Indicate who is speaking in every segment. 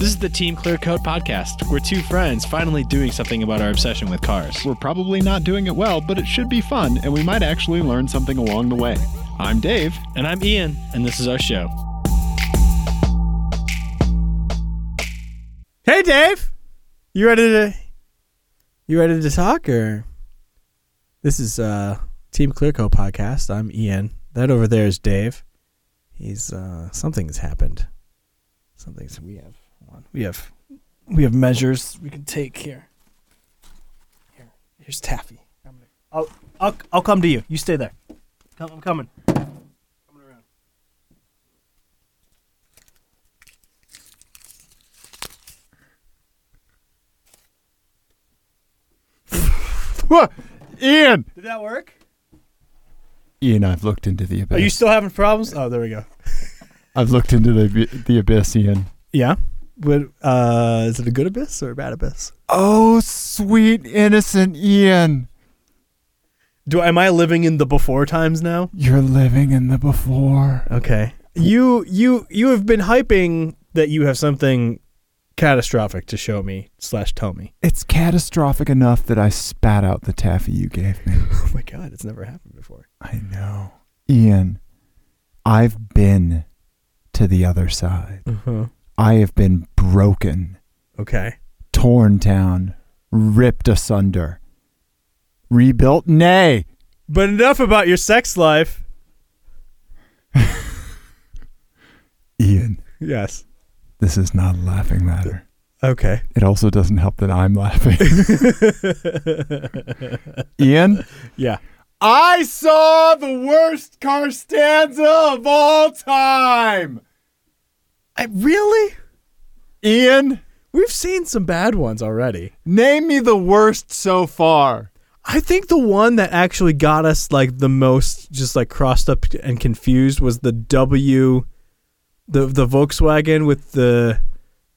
Speaker 1: is the Team Clear Coat podcast. We're two friends finally doing something about our obsession with cars.
Speaker 2: We're probably not doing it well, but it should be fun, and we might actually learn something along the way. I'm Dave.
Speaker 1: And I'm Ian, and this is our show.
Speaker 3: Hey, Dave. You ready to you ready to talk or this is uh Team Clearco podcast. I'm Ian. That over there is Dave. He's uh something's happened. Something's we have hold on. we have we have measures we can take here. Here, here's taffy.
Speaker 4: I'm gonna, I'll, I'll, I'll come to you. You stay there. Come, I'm coming. Coming around.
Speaker 2: Whoa, Ian!
Speaker 4: Did that work?
Speaker 2: Ian, I've looked into the abyss.
Speaker 4: Are you still having problems? Oh, there we go.
Speaker 2: I've looked into the ab- the abyss, Ian.
Speaker 3: Yeah. What uh is it a good abyss or a bad abyss?
Speaker 2: Oh, sweet innocent Ian,
Speaker 3: Do am I living in the before times now?
Speaker 2: you're living in the before.
Speaker 3: Okay. You you you have been hyping that you have something catastrophic to show me slash tell me.
Speaker 2: It's catastrophic enough that I spat out the taffy you gave me.
Speaker 3: Oh my god, it's never happened before.
Speaker 2: I know, Ian. I've been to the other side.
Speaker 3: Uh-huh.
Speaker 2: I have been broken.
Speaker 3: Okay.
Speaker 2: torn down, ripped asunder, rebuilt. Nay,
Speaker 3: But enough about your sex life.
Speaker 2: Ian,
Speaker 3: Yes.
Speaker 2: this is not a laughing matter.
Speaker 3: Okay.
Speaker 2: It also doesn't help that I'm laughing. Ian,
Speaker 3: Yeah.
Speaker 2: I saw the worst Carstanza of all time.
Speaker 3: I really?
Speaker 2: Ian,
Speaker 3: We've seen some bad ones already.
Speaker 2: name me the worst so far.
Speaker 3: I think the one that actually got us like the most just like crossed up and confused was the W the the Volkswagen with the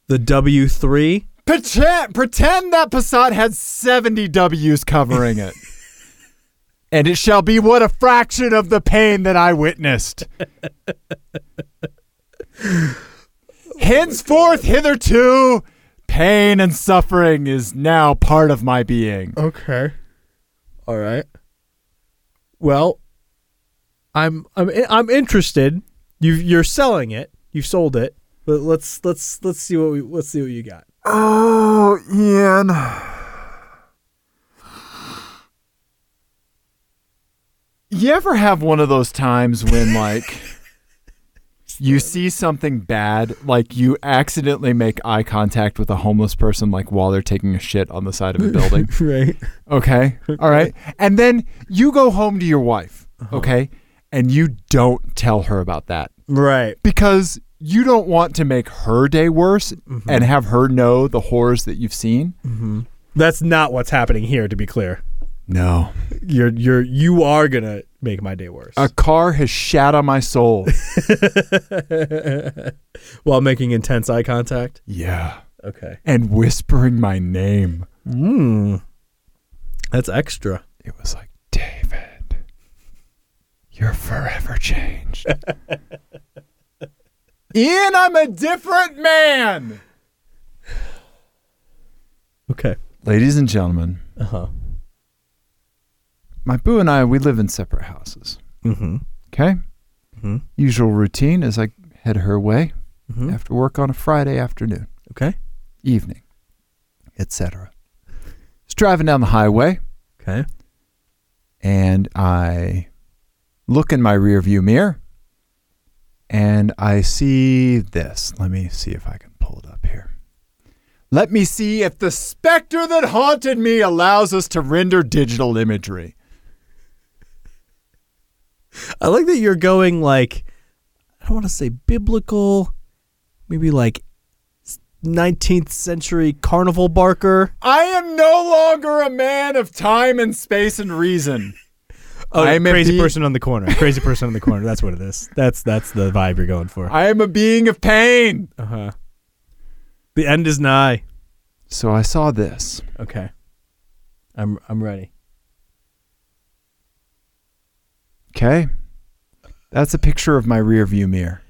Speaker 3: the W3.
Speaker 2: Pretend, pretend that Passat had 70 W's covering it. and it shall be what a fraction of the pain that I witnessed. Henceforth, hitherto, pain and suffering is now part of my being.
Speaker 3: Okay. All right. Well, I'm I'm I'm interested. You you're selling it. You've sold it. But let's let's let's see what we let's see what you got.
Speaker 2: Oh, Ian. You ever have one of those times when, like, you see something bad, like you accidentally make eye contact with a homeless person, like while they're taking a shit on the side of a building?
Speaker 3: Right.
Speaker 2: Okay. All right. And then you go home to your wife, okay? And you don't tell her about that
Speaker 3: Right.
Speaker 2: because you don't want to make her day worse and have her know the horrors that you've seen.
Speaker 3: That's not what's happening here to be clear.
Speaker 2: No.
Speaker 3: You're you're you are going to make my day worse
Speaker 2: A car has shat on my soul.
Speaker 3: while making intense eye contact.
Speaker 2: yeah.
Speaker 3: Okay.
Speaker 2: And whispering my name.
Speaker 3: Mm. That's extra.
Speaker 2: It was like, David, you're forever changed. Ian, I'm a different man.
Speaker 3: Okay.
Speaker 2: Ladies and gentlemen,
Speaker 3: Uh-huh.
Speaker 2: my boo and I, we live in separate houses.
Speaker 3: Mhm.
Speaker 2: Okay? Mm-hmm.
Speaker 3: Mhm.
Speaker 2: Usual routine is I head her way
Speaker 3: Mhm.
Speaker 2: after work on a Friday afternoon.
Speaker 3: Okay.
Speaker 2: evening, etc. Just driving down the highway,
Speaker 3: Okay.
Speaker 2: and I look in my rearview mirror, and I see this. Let me see if I can pull it up here. Let me see if the specter that haunted me allows us to render digital imagery.
Speaker 3: I like that you're going like I don't want to say biblical, maybe like 19th century carnival barker.
Speaker 2: I am no longer a man of time and space and reason.
Speaker 3: Oh,
Speaker 2: I'm a
Speaker 3: crazy
Speaker 2: bee-
Speaker 3: person on the corner. Crazy person on the corner. That's what it is. That's that's the vibe you're going for.
Speaker 2: I am a being of pain.
Speaker 3: Uh-huh. The end is nigh.
Speaker 2: So I saw this.
Speaker 3: Okay. I'm I'm ready.
Speaker 2: Okay. That's a picture of my rearview mirror.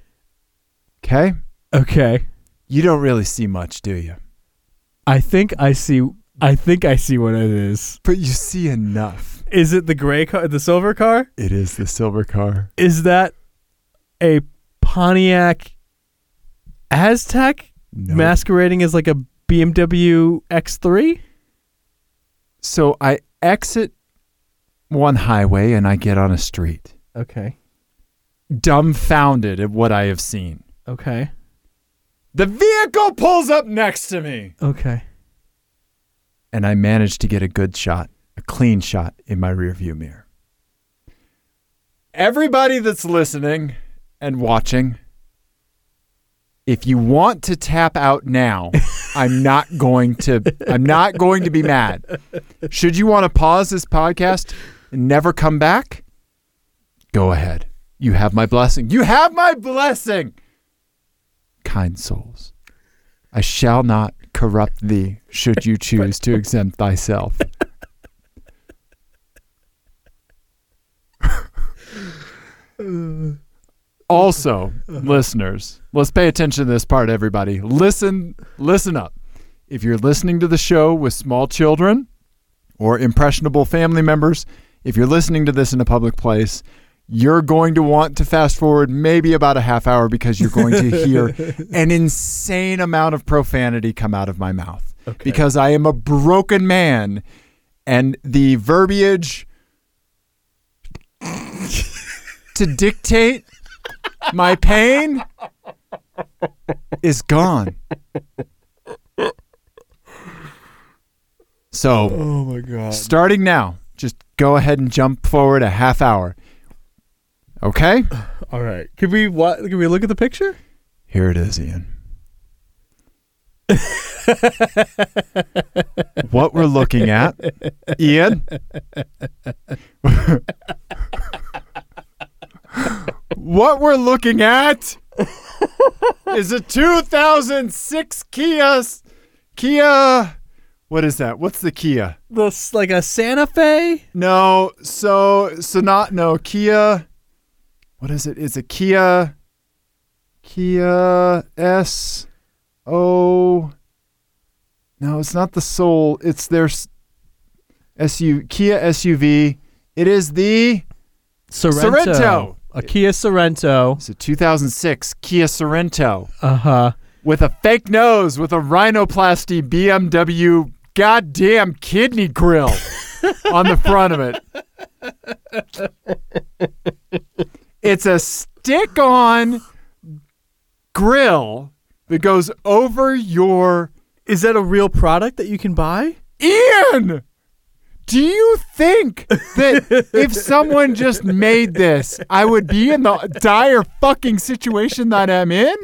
Speaker 2: Okay.
Speaker 3: Okay.
Speaker 2: You don't really see much, do you?
Speaker 3: I think I see. I think I see what it is.
Speaker 2: But you see enough.
Speaker 3: Is it the gray car, the silver car?
Speaker 2: It is the silver car.
Speaker 3: Is that a Pontiac Aztec
Speaker 2: No.
Speaker 3: masquerading as like a BMW X3?
Speaker 2: so I exit one highway and I get on a street,
Speaker 3: Okay.
Speaker 2: dumbfounded at what I have seen.
Speaker 3: Okay.
Speaker 2: The vehicle pulls up next to me.
Speaker 3: Okay.
Speaker 2: and I managed to get a good shot, a clean shot in my rearview mirror. Everybody that's listening and watching, if you want to tap out now, I'm not going to I'm not going to be mad. Should you want to pause this podcast and never come back, go ahead. You have my blessing. You have my blessing. Kind souls. I shall not corrupt thee should you choose to exempt thyself. also, listeners, let's pay attention to this part everybody. Listen, listen up. If you're listening to the show with small children or impressionable family members, if you're listening to this in a public place, you're going to want to fast forward maybe about a half hour because you're going to hear an insane amount of profanity come out of my mouth because I am a broken man and the verbiage to dictate my pain is gone. So,
Speaker 3: Oh my god.
Speaker 2: starting now, just go ahead and jump forward a half hour. Okay?
Speaker 3: All right. Can we what can we look at the picture?
Speaker 2: Here it is, Ian. what we're looking at, Ian. what we're looking at is a 2006 Kia. Kia. What is that? What's the Kia?
Speaker 3: This like a Santa Fe?
Speaker 2: No, so so not no Kia. What is it? It's a Kia. Kia S O. No, it's not the Soul. It's their s- SU Kia SUV. It is the
Speaker 3: Sorrento.
Speaker 2: Sorrento.
Speaker 3: A Kia Sorrento.
Speaker 2: it's a 2006 Kia Sorento
Speaker 3: Uh-huh.
Speaker 2: with a fake nose with a rhinoplasty BMW goddamn kidney grill on the front of it. It's a stick on grill that goes over your
Speaker 3: Is that a real product that you can buy?
Speaker 2: Ian. Do you think that if someone just made this, I would be in the dire fucking situation that I'm in?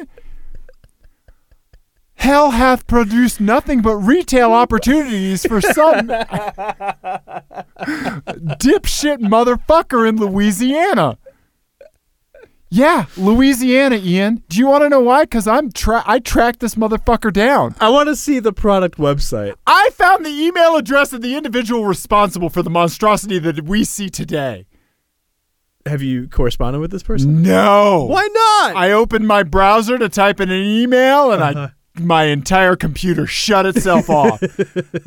Speaker 2: Hell hath produced nothing but retail opportunities for some dipshit motherfucker in Louisiana. Yeah, Louisiana, Ian. Do you want to know why? Because I'm tra- I tracked this motherfucker down.
Speaker 3: I want to see the product website.
Speaker 2: I found the email address of the individual responsible for the monstrosity that we see today.
Speaker 3: Have you corresponded with this person?
Speaker 2: No.
Speaker 3: Why not?
Speaker 2: I opened my browser to type in an email and I my entire computer shut itself off.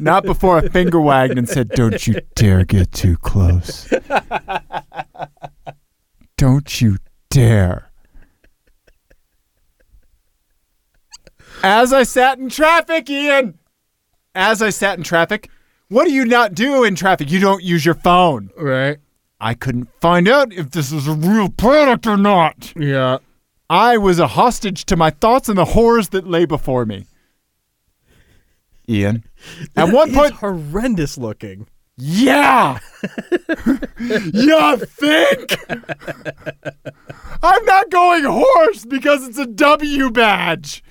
Speaker 2: Not before I finger wagged and said, "Don't you dare get too close. Don't you dare." As I sat in traffic, Ian, as I sat in traffic, what do you not do in traffic? You don't use your phone.
Speaker 3: right.
Speaker 2: I couldn't find out if this was a real product or not.
Speaker 3: Yeah.
Speaker 2: I was a hostage to my thoughts and the horrors that lay before me. Ian. At one
Speaker 3: It's
Speaker 2: point,
Speaker 3: horrendous looking.
Speaker 2: yeah. you think? I'm not going horse because it's a W badge.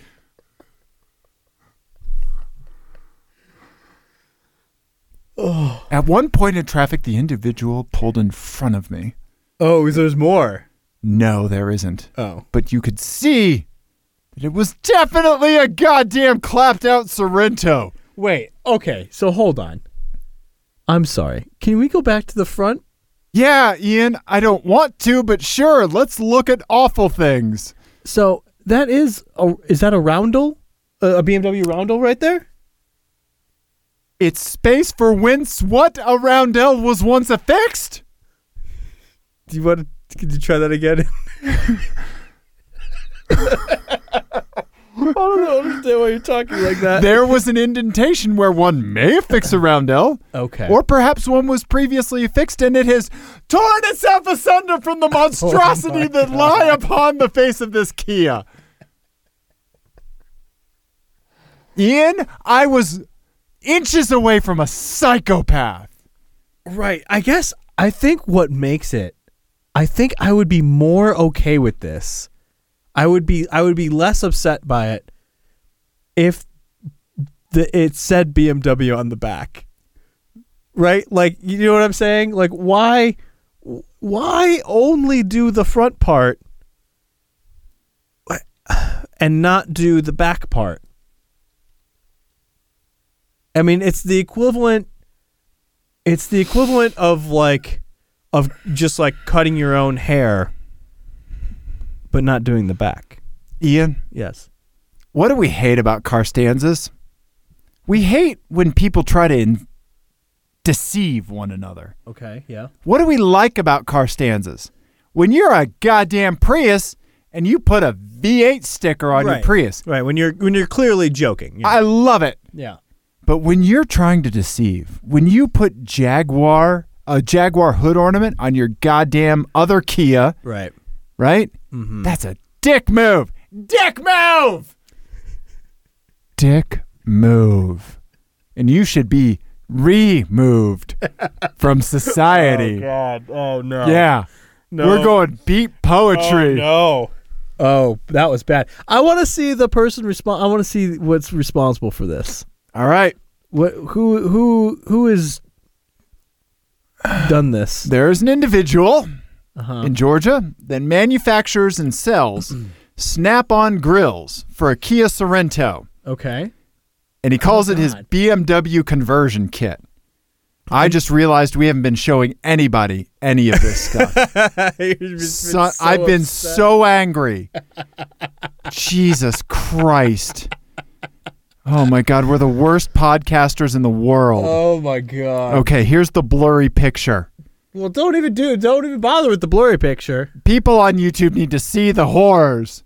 Speaker 2: At one point in traffic, the individual pulled in front of me.
Speaker 3: Oh, there's more.
Speaker 2: No, there isn't
Speaker 3: Oh.
Speaker 2: but you could see that it was definitely a goddamn clapped out Sorrento.
Speaker 3: Wait. Okay. So hold on. I'm sorry. Can we go back to the front?
Speaker 2: Yeah, Ian, I don't want to, but sure, let's look at awful things.
Speaker 3: So that is a, is that a roundel? a, a BMW Roundel right there?
Speaker 2: It's space for whence what a roundel was once affixed.
Speaker 3: Do you want to? Could you try that again? I don't understand why you're talking like that.
Speaker 2: There was an indentation where one may affix a roundel,
Speaker 3: okay.
Speaker 2: or perhaps one was previously affixed and it has torn itself asunder from the monstrosity that lie upon the face of this Kia. Ian, I was inches away from a psychopath.
Speaker 3: Right. I guess I think what makes it I think I would be more okay with this. I would be I would be less upset by it if the it said BMW on the back. Right? Like you know what I'm saying? Like why why only do the front part and not do the back part? I mean, it's the equivalent it's the equivalent of like of just like cutting your own hair but not doing the back
Speaker 2: Ian,
Speaker 3: yes
Speaker 2: what do we hate about car stanzas? We hate when people try to in- deceive one another.
Speaker 3: okay yeah
Speaker 2: What do we like about car stanzas? When you're a goddamn Prius and you put a V8 sticker on your Prius,
Speaker 3: right when you're when you're clearly joking yeah
Speaker 2: I love it.
Speaker 3: yeah,
Speaker 2: But when you're trying to deceive, when you put Jaguar, a Jaguar hood ornament on your goddamn other Kia,
Speaker 3: right
Speaker 2: right?
Speaker 3: Mm-hmm.
Speaker 2: That's a dick move. Dick move. dick move. And you should be removed from society.
Speaker 3: god oh no Oh,
Speaker 2: Yeah. We're going beat poetry.
Speaker 3: no oh that was bad i want to see the person respond i want to see what's responsible for this
Speaker 2: All right.
Speaker 3: what who who who has done this
Speaker 2: There's an individual
Speaker 3: uh-huh.
Speaker 2: in Georgia that manufactures and sells snap on grills for a Kia Sorrento.
Speaker 3: okay
Speaker 2: and he calls
Speaker 3: Oh,
Speaker 2: it his
Speaker 3: God.
Speaker 2: BMW conversion kit. I just realized we haven't been showing anybody any of this stuff. So- I've been so angry. Jesus Christ. Oh my God, we're the worst podcasters in the world.
Speaker 3: oh my god
Speaker 2: Okay, here's the blurry picture.
Speaker 3: Well, don't even do. Don't even bother with the blurry picture.
Speaker 2: People on YouTube need to see the horrors.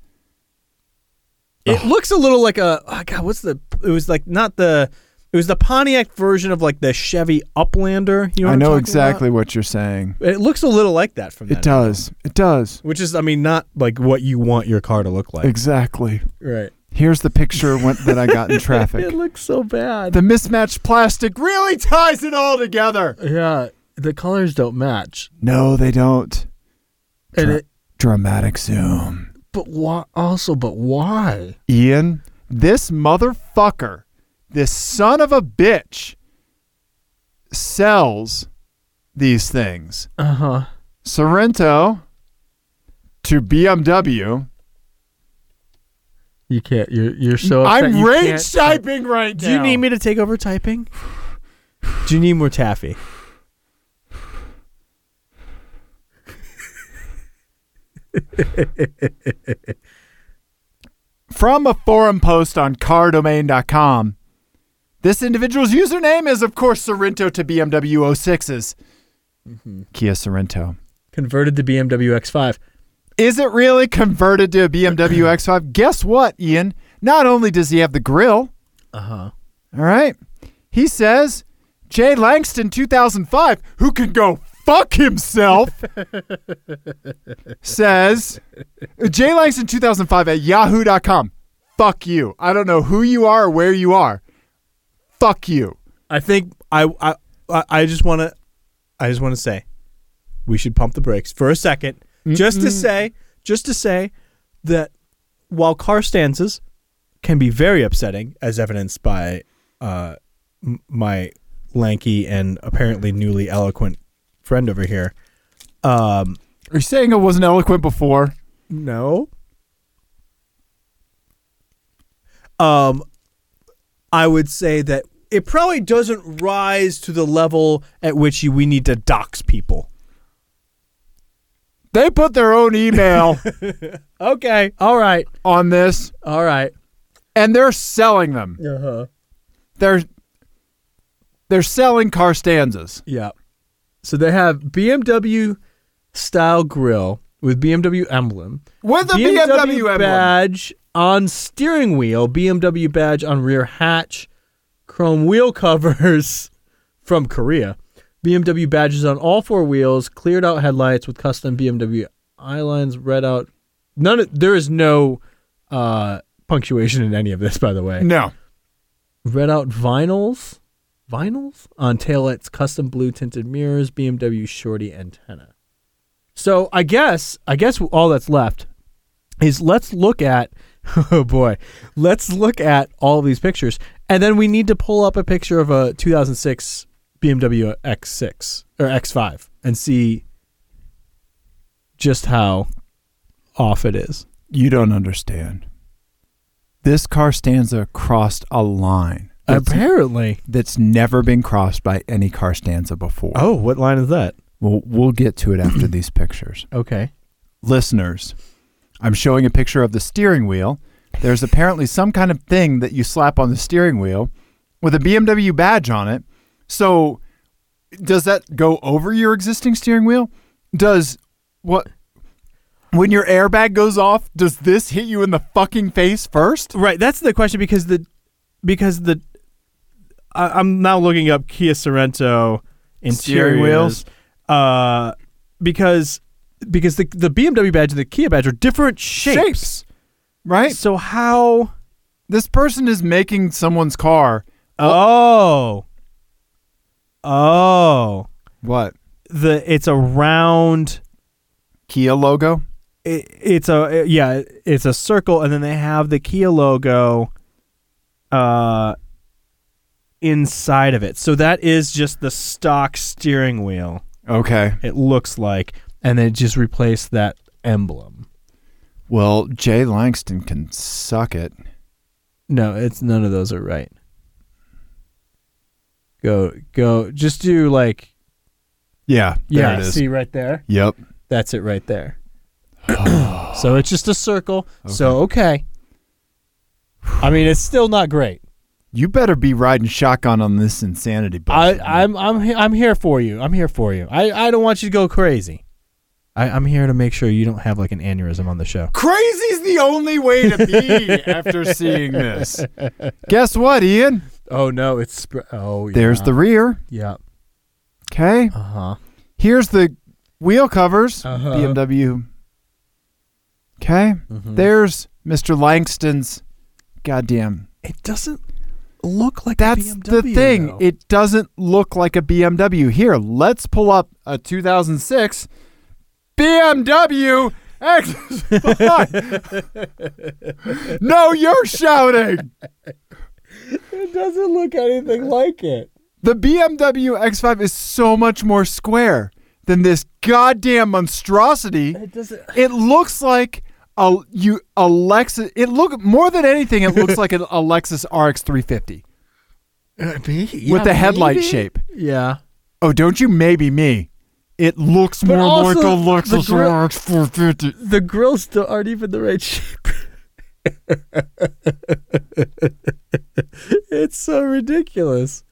Speaker 3: It looks a little like a. Oh God, what's the? It was like not the. It was the Pontiac version of like the Chevy Uplander. You know. what
Speaker 2: I
Speaker 3: I'm
Speaker 2: know
Speaker 3: talking
Speaker 2: exactly what you're saying.
Speaker 3: about? It looks a little like that from that.
Speaker 2: It does. It does.
Speaker 3: Which is, I mean, not like what you want your car to look like.
Speaker 2: Exactly.
Speaker 3: right.
Speaker 2: Here's the picture when- that I got in traffic.
Speaker 3: It looks so bad.
Speaker 2: The mismatched plastic really ties it all together.
Speaker 3: yeah, the colors don't match.
Speaker 2: No, they don't.
Speaker 3: And
Speaker 2: Dra-
Speaker 3: it,
Speaker 2: dramatic zoom.
Speaker 3: but why? Also, but why?
Speaker 2: Ian, this motherfucker, this son of a bitch, sells these things.
Speaker 3: Uh huh.
Speaker 2: Sorrento to BMW.
Speaker 3: You can't. You're you're so. Upset
Speaker 2: I'm
Speaker 3: you
Speaker 2: rage
Speaker 3: can't-
Speaker 2: typing right now.
Speaker 3: Do you need me to take over typing? Do you need more taffy?
Speaker 2: From a forum post on cardomain.com, this individual's username is, of course, Sorrento to BMW 06s. Kia Sorrento.
Speaker 3: Converted to BMW X5.
Speaker 2: Is it really converted to a BMW X5? Guess what, Ian? Not only does he have the grill,
Speaker 3: Uh huh.
Speaker 2: all right, he says Jay Langston 2005, who can go fuck himself, says Jay Langston 2005 at yahoo.com. Fuck you. I don't know who you are or where you are. Fuck you.
Speaker 3: I think I I I- I just want to I just want to say we should pump the brakes for a 2nd just to say just to say that while car stanzas can be very upsetting as evidenced by uh m- my lanky and apparently newly eloquent friend over here um
Speaker 2: Are you saying I wasn't eloquent before?
Speaker 3: No. Um, I would say that it probably doesn't rise to the level at which you, we need to dox people.
Speaker 2: They put their own email
Speaker 3: Okay. All right.
Speaker 2: on this.
Speaker 3: All right.
Speaker 2: and they're selling them.
Speaker 3: Uh-huh.
Speaker 2: They're they're selling car stanzas.
Speaker 3: Yeah. So they have BMW style grill with BMW emblem,
Speaker 2: With a BMW, emblem.
Speaker 3: badge on steering wheel, BMW badge on rear hatch, chrome wheel covers from Korea, BMW badges on all four wheels, cleared out headlights with custom BMW eye lines, read out. None. Of, there is no uh, punctuation in any of this, by the way.
Speaker 2: No.
Speaker 3: Read out vinyls, vinyls on taillights, custom blue tinted mirrors, BMW shorty antenna. So I guess I guess all that's left is let's look at oh boy, let's look at all these pictures, and then we need to pull up a picture of a 2006 BMW X6 or X5 and see just how off it is.
Speaker 2: You don't understand. This car stanza crossed a line that's,
Speaker 3: Apparently.
Speaker 2: that's never been crossed by any car stanza before.
Speaker 3: Oh, what line is that?
Speaker 2: We'll, we'll get to it after these pictures.
Speaker 3: Okay.
Speaker 2: Listeners, I'm showing a picture of the steering wheel. There's apparently some kind of thing that you slap on the steering wheel with a BMW badge on it. So, does that go over your existing steering wheel? Does what? When your airbag goes off, does this hit you in the fucking face first?
Speaker 5: Right, that's the question because the because the I, I'm now looking up Kia Sorento
Speaker 2: Steering wheels?
Speaker 5: interiors. Uh, because
Speaker 3: Because the the BMW badge and the Kia badge are different shapes.
Speaker 2: Right?
Speaker 5: so how?
Speaker 2: This person is making someone's car.
Speaker 5: Oh, oh,
Speaker 2: What?
Speaker 5: the it's a round.
Speaker 2: Kia logo?
Speaker 5: It, it's a yeah, it's a circle, and then they have the Kia logo. Uh. Inside of it, so that is just the stock steering wheel.
Speaker 2: Okay.
Speaker 5: it looks like.
Speaker 3: and then just replace that emblem.
Speaker 2: Well, Jay Langston can suck it.
Speaker 3: No, it's none of those are right. Go go just do like
Speaker 2: Yeah.
Speaker 3: yeah, see right there.
Speaker 2: Yep.
Speaker 3: That's it right there. so it's just a circle. So okay. I mean, it's still not great.
Speaker 2: You better be riding shotgun on this insanity
Speaker 3: I,
Speaker 2: bus.
Speaker 3: I'm I'm he- I'm here for you. I'm here for you. I, I don't want you to go crazy. I, I'm here to make sure you don't have like an aneurysm on the show.
Speaker 2: Crazy's the only way to be after seeing this. Guess what, Ian?
Speaker 3: Oh no, it's sp- oh
Speaker 2: There's
Speaker 3: yeah.
Speaker 2: the rear.
Speaker 3: yeah.
Speaker 2: Okay.
Speaker 3: Uh huh.
Speaker 2: Here's the wheel covers.
Speaker 3: Uh-huh.
Speaker 2: BMW. Okay.
Speaker 3: mm-hmm.
Speaker 2: There's Mr. Langston's goddamn.
Speaker 3: It doesn't look like
Speaker 2: That's the thing. It doesn't look like a BMW. Here, let's pull up a 2006 BMW X5. no, you're shouting.
Speaker 3: it doesn't look anything like it.
Speaker 2: The BMW X5 is so much more square than this goddamn monstrosity.
Speaker 3: It doesn't.
Speaker 2: It looks like a you a Lexus. It look more than anything. It looks like an, a Lexus RX 350
Speaker 3: uh,
Speaker 2: with the headlight shape.
Speaker 3: Yeah.
Speaker 2: Oh, don't you maybe me? It looks
Speaker 3: But
Speaker 2: more like a
Speaker 3: also, the
Speaker 2: Lexus
Speaker 3: gri-
Speaker 2: RX 450.
Speaker 3: The grills still aren't even the right shape. it's so ridiculous.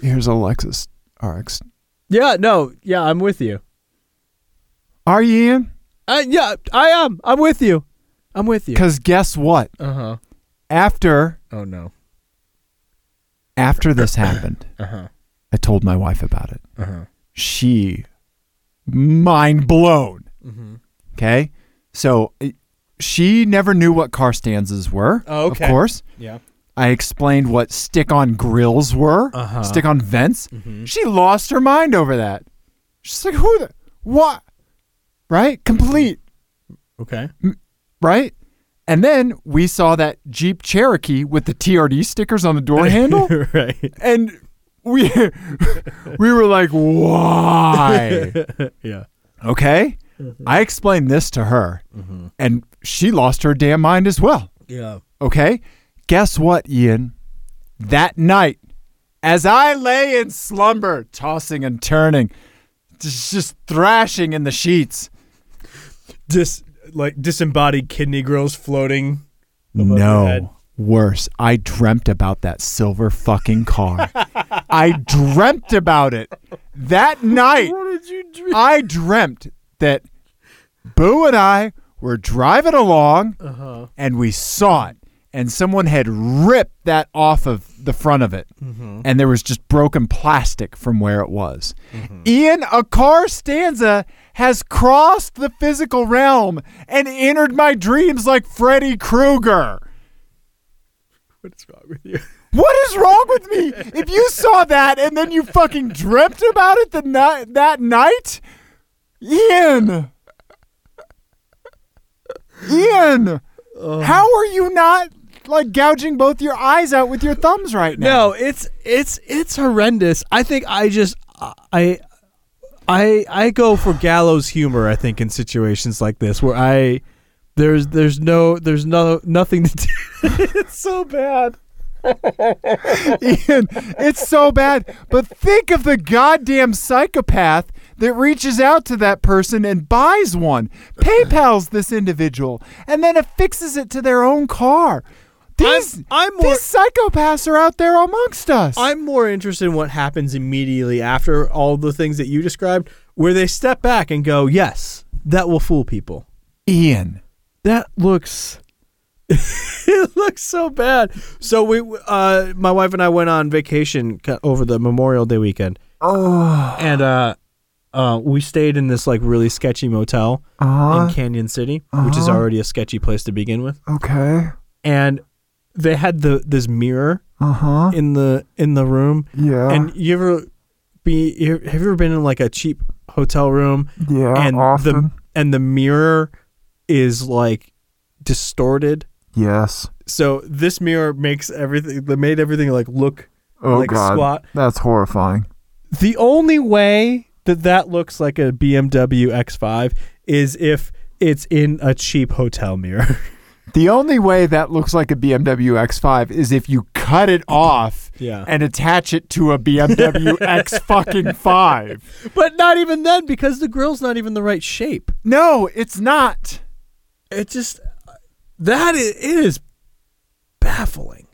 Speaker 2: Here's a Lexus RX.
Speaker 3: Yeah. No. Yeah. I'm with you.
Speaker 2: Are you in?
Speaker 6: Uh,
Speaker 3: I, yeah. I am. I'm with you. I'm with you.
Speaker 2: Because guess what?
Speaker 3: Uh huh.
Speaker 2: After
Speaker 3: Oh no.
Speaker 2: after this happened,
Speaker 3: Uh huh.
Speaker 2: I told my wife about it.
Speaker 3: Uh huh.
Speaker 2: She mind blown.
Speaker 3: Mm-hmm.
Speaker 2: Okay. So it- she never knew what car stanzas were.
Speaker 3: Oh, okay.
Speaker 2: Of course.
Speaker 3: Yeah.
Speaker 2: I explained what stick on grills were,
Speaker 3: Uh-huh.
Speaker 2: stick on vents.
Speaker 3: Mm-hmm.
Speaker 2: She lost her mind over that. She's like, who the, what? Right? Complete.
Speaker 3: Okay.
Speaker 2: Right? And then we saw that Jeep Cherokee with the TRD stickers on the door handle.
Speaker 3: right.
Speaker 2: and we, we were like, why?
Speaker 3: Yeah.
Speaker 2: Okay.
Speaker 5: Mm-hmm.
Speaker 2: I explained this to her, and she lost her damn mind as well.
Speaker 3: Yeah.
Speaker 2: Okay. Guess what, Ian? That night, as I lay in slumber, tossing and turning, just just thrashing in the sheets.
Speaker 5: Dis like disembodied kidney grills floating. above your head.
Speaker 2: No. worse. I dreamt about that silver fucking car. I dreamt about it that night.
Speaker 3: did you dream?
Speaker 2: I dreamt that Boo and I were driving along
Speaker 3: Uh-huh.
Speaker 2: and we saw it. And someone had ripped that off of the front of it. And there was just broken plastic from where it was. Ian, a car stanza has crossed the physical realm and entered my dreams like Freddy Krueger.
Speaker 3: What is wrong with you?
Speaker 2: What is wrong with me? If you saw that and then you fucking dreamt about it the night that night, Ian, Ian, how are you not like gouging both your eyes out with your thumbs right now?
Speaker 6: No, it's it's it's horrendous. I think I just I I I go for gallows humor. I think in situations like this where I there's there's no there's no nothing to do. it's so bad.
Speaker 2: Ian, it's so bad. But think of the goddamn psychopath that reaches out to that person and buys one, PayPal's this individual, and then affixes it to their own car. These,
Speaker 3: I'm more-
Speaker 2: these psychopaths are out there amongst us.
Speaker 3: I'm more interested in what happens immediately after all the things that you described, where they step back and go, "Yes, that will fool people."
Speaker 2: Ian.
Speaker 3: That looks it looks so bad. So we uh my wife and I went on vacation co- over the Memorial Day weekend. And uh uh we stayed in this like really sketchy motel in Canyon City, which is already a sketchy place to begin with.
Speaker 2: Okay.
Speaker 3: And they had the this mirror
Speaker 2: Uh huh.
Speaker 3: in the in the room.
Speaker 2: Yeah.
Speaker 3: And you ever be you- have you ever been in like a cheap hotel room
Speaker 2: yeah.
Speaker 3: and the and the mirror is like distorted
Speaker 2: yes.
Speaker 3: so this mirror makes everything that made everything like look like squat.
Speaker 2: Oh, That's horrifying.
Speaker 3: The only way that that looks like a BMW X5 is if it's in a cheap hotel mirror.
Speaker 2: The only way that looks like a BMW X5 is if you cut it off
Speaker 3: Yeah.
Speaker 2: and attach it to a BMW X fucking 5.
Speaker 3: but not even then because the grill's not even the right shape.
Speaker 2: No, it's not.
Speaker 3: It just that is, it is baffling.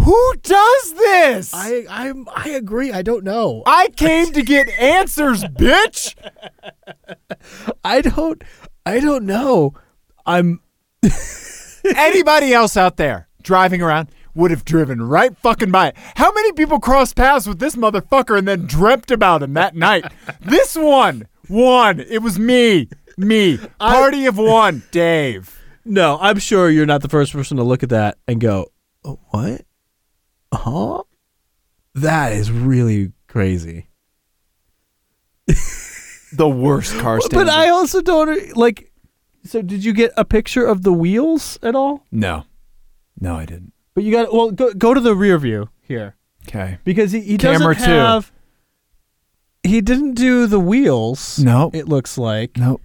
Speaker 2: Who does this?
Speaker 3: I I'm, I agree. I don't know.
Speaker 2: I came to get answers, bitch.
Speaker 3: I don't I don't know. I'm
Speaker 2: Anybody else out there driving around would have driven right fucking by. it. How many people crossed paths with this motherfucker and then dreamt about him that night? this one won. It was me. Me. Party of one, Dave.
Speaker 3: No, I'm sure you're not the first person to look at that and go, oh, "What? Huh? That is really crazy."
Speaker 2: The worst car
Speaker 3: But I also don't like. So, did you get a picture of the wheels at all?
Speaker 2: No. No, I didn't.
Speaker 3: But you got well. Go, go to the rear view here
Speaker 2: Okay.
Speaker 3: because he, he
Speaker 2: Camera
Speaker 3: doesn't
Speaker 2: two.
Speaker 3: have. He didn't do the wheels.
Speaker 2: No.
Speaker 3: it looks like,
Speaker 2: Nope.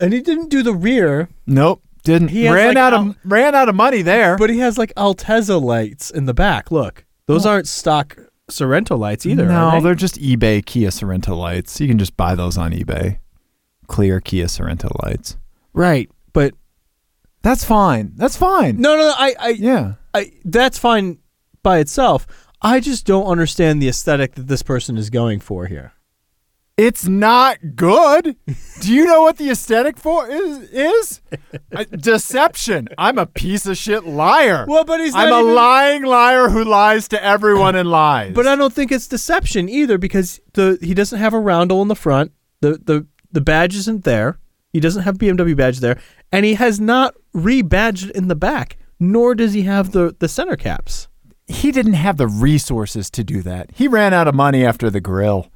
Speaker 3: and he didn't do the rear.
Speaker 2: Nope. Didn't.
Speaker 3: He has,
Speaker 2: ran
Speaker 3: like,
Speaker 2: out of
Speaker 3: al-
Speaker 2: ran out of money there.
Speaker 3: But he has like Altezza lights in the back. Look, those aren't stock Sorrento lights either. are
Speaker 2: No,
Speaker 3: they?
Speaker 2: are just eBay Kia Sorento lights. You can just buy those on eBay. Clear Kia Sorento lights.
Speaker 3: right, but
Speaker 2: That's fine. That's fine.
Speaker 3: No, no, no I, I,
Speaker 2: Yeah.
Speaker 3: I, that's fine by itself. I just don't understand the aesthetic that this person is going for here.
Speaker 2: It's not good. Do you know what the aesthetic for is? is? Uh, Deception. I'm a piece of shit liar.
Speaker 3: Well, but he's
Speaker 2: I'm
Speaker 3: not
Speaker 2: a
Speaker 3: even-
Speaker 2: lying liar who lies to everyone and lies.
Speaker 3: But I don't think it's deception either because the he doesn't have a roundel in the front. The the the badge isn't there. He doesn't have BMW badge there, and he has not rebadged in the back. Nor does he have the the center caps.
Speaker 2: he didn't have the resources to do that. He ran out of money after the grill.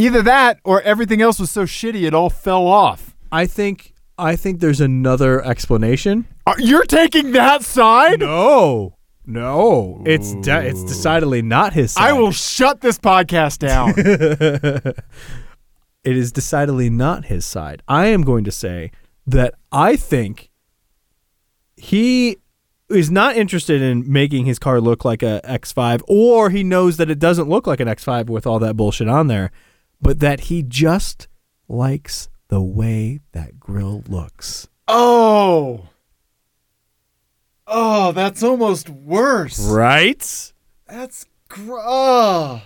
Speaker 2: Either that or everything else was so shitty it all fell off.
Speaker 3: I think I think there's another explanation.
Speaker 2: Are- you're taking that side?
Speaker 3: No, no, it's de- it's decidedly not his.
Speaker 2: I
Speaker 3: side.
Speaker 2: will shut this podcast down.
Speaker 3: it is decidedly not his side. I am going to say that I think he is not interested in making his car look like a X5 or he knows that it doesn't look like an X5 with all that bullshit on there, but that he just likes the way that grill looks.
Speaker 2: oh. Oh, that's almost worse.
Speaker 3: Right?
Speaker 2: That's gr- oh.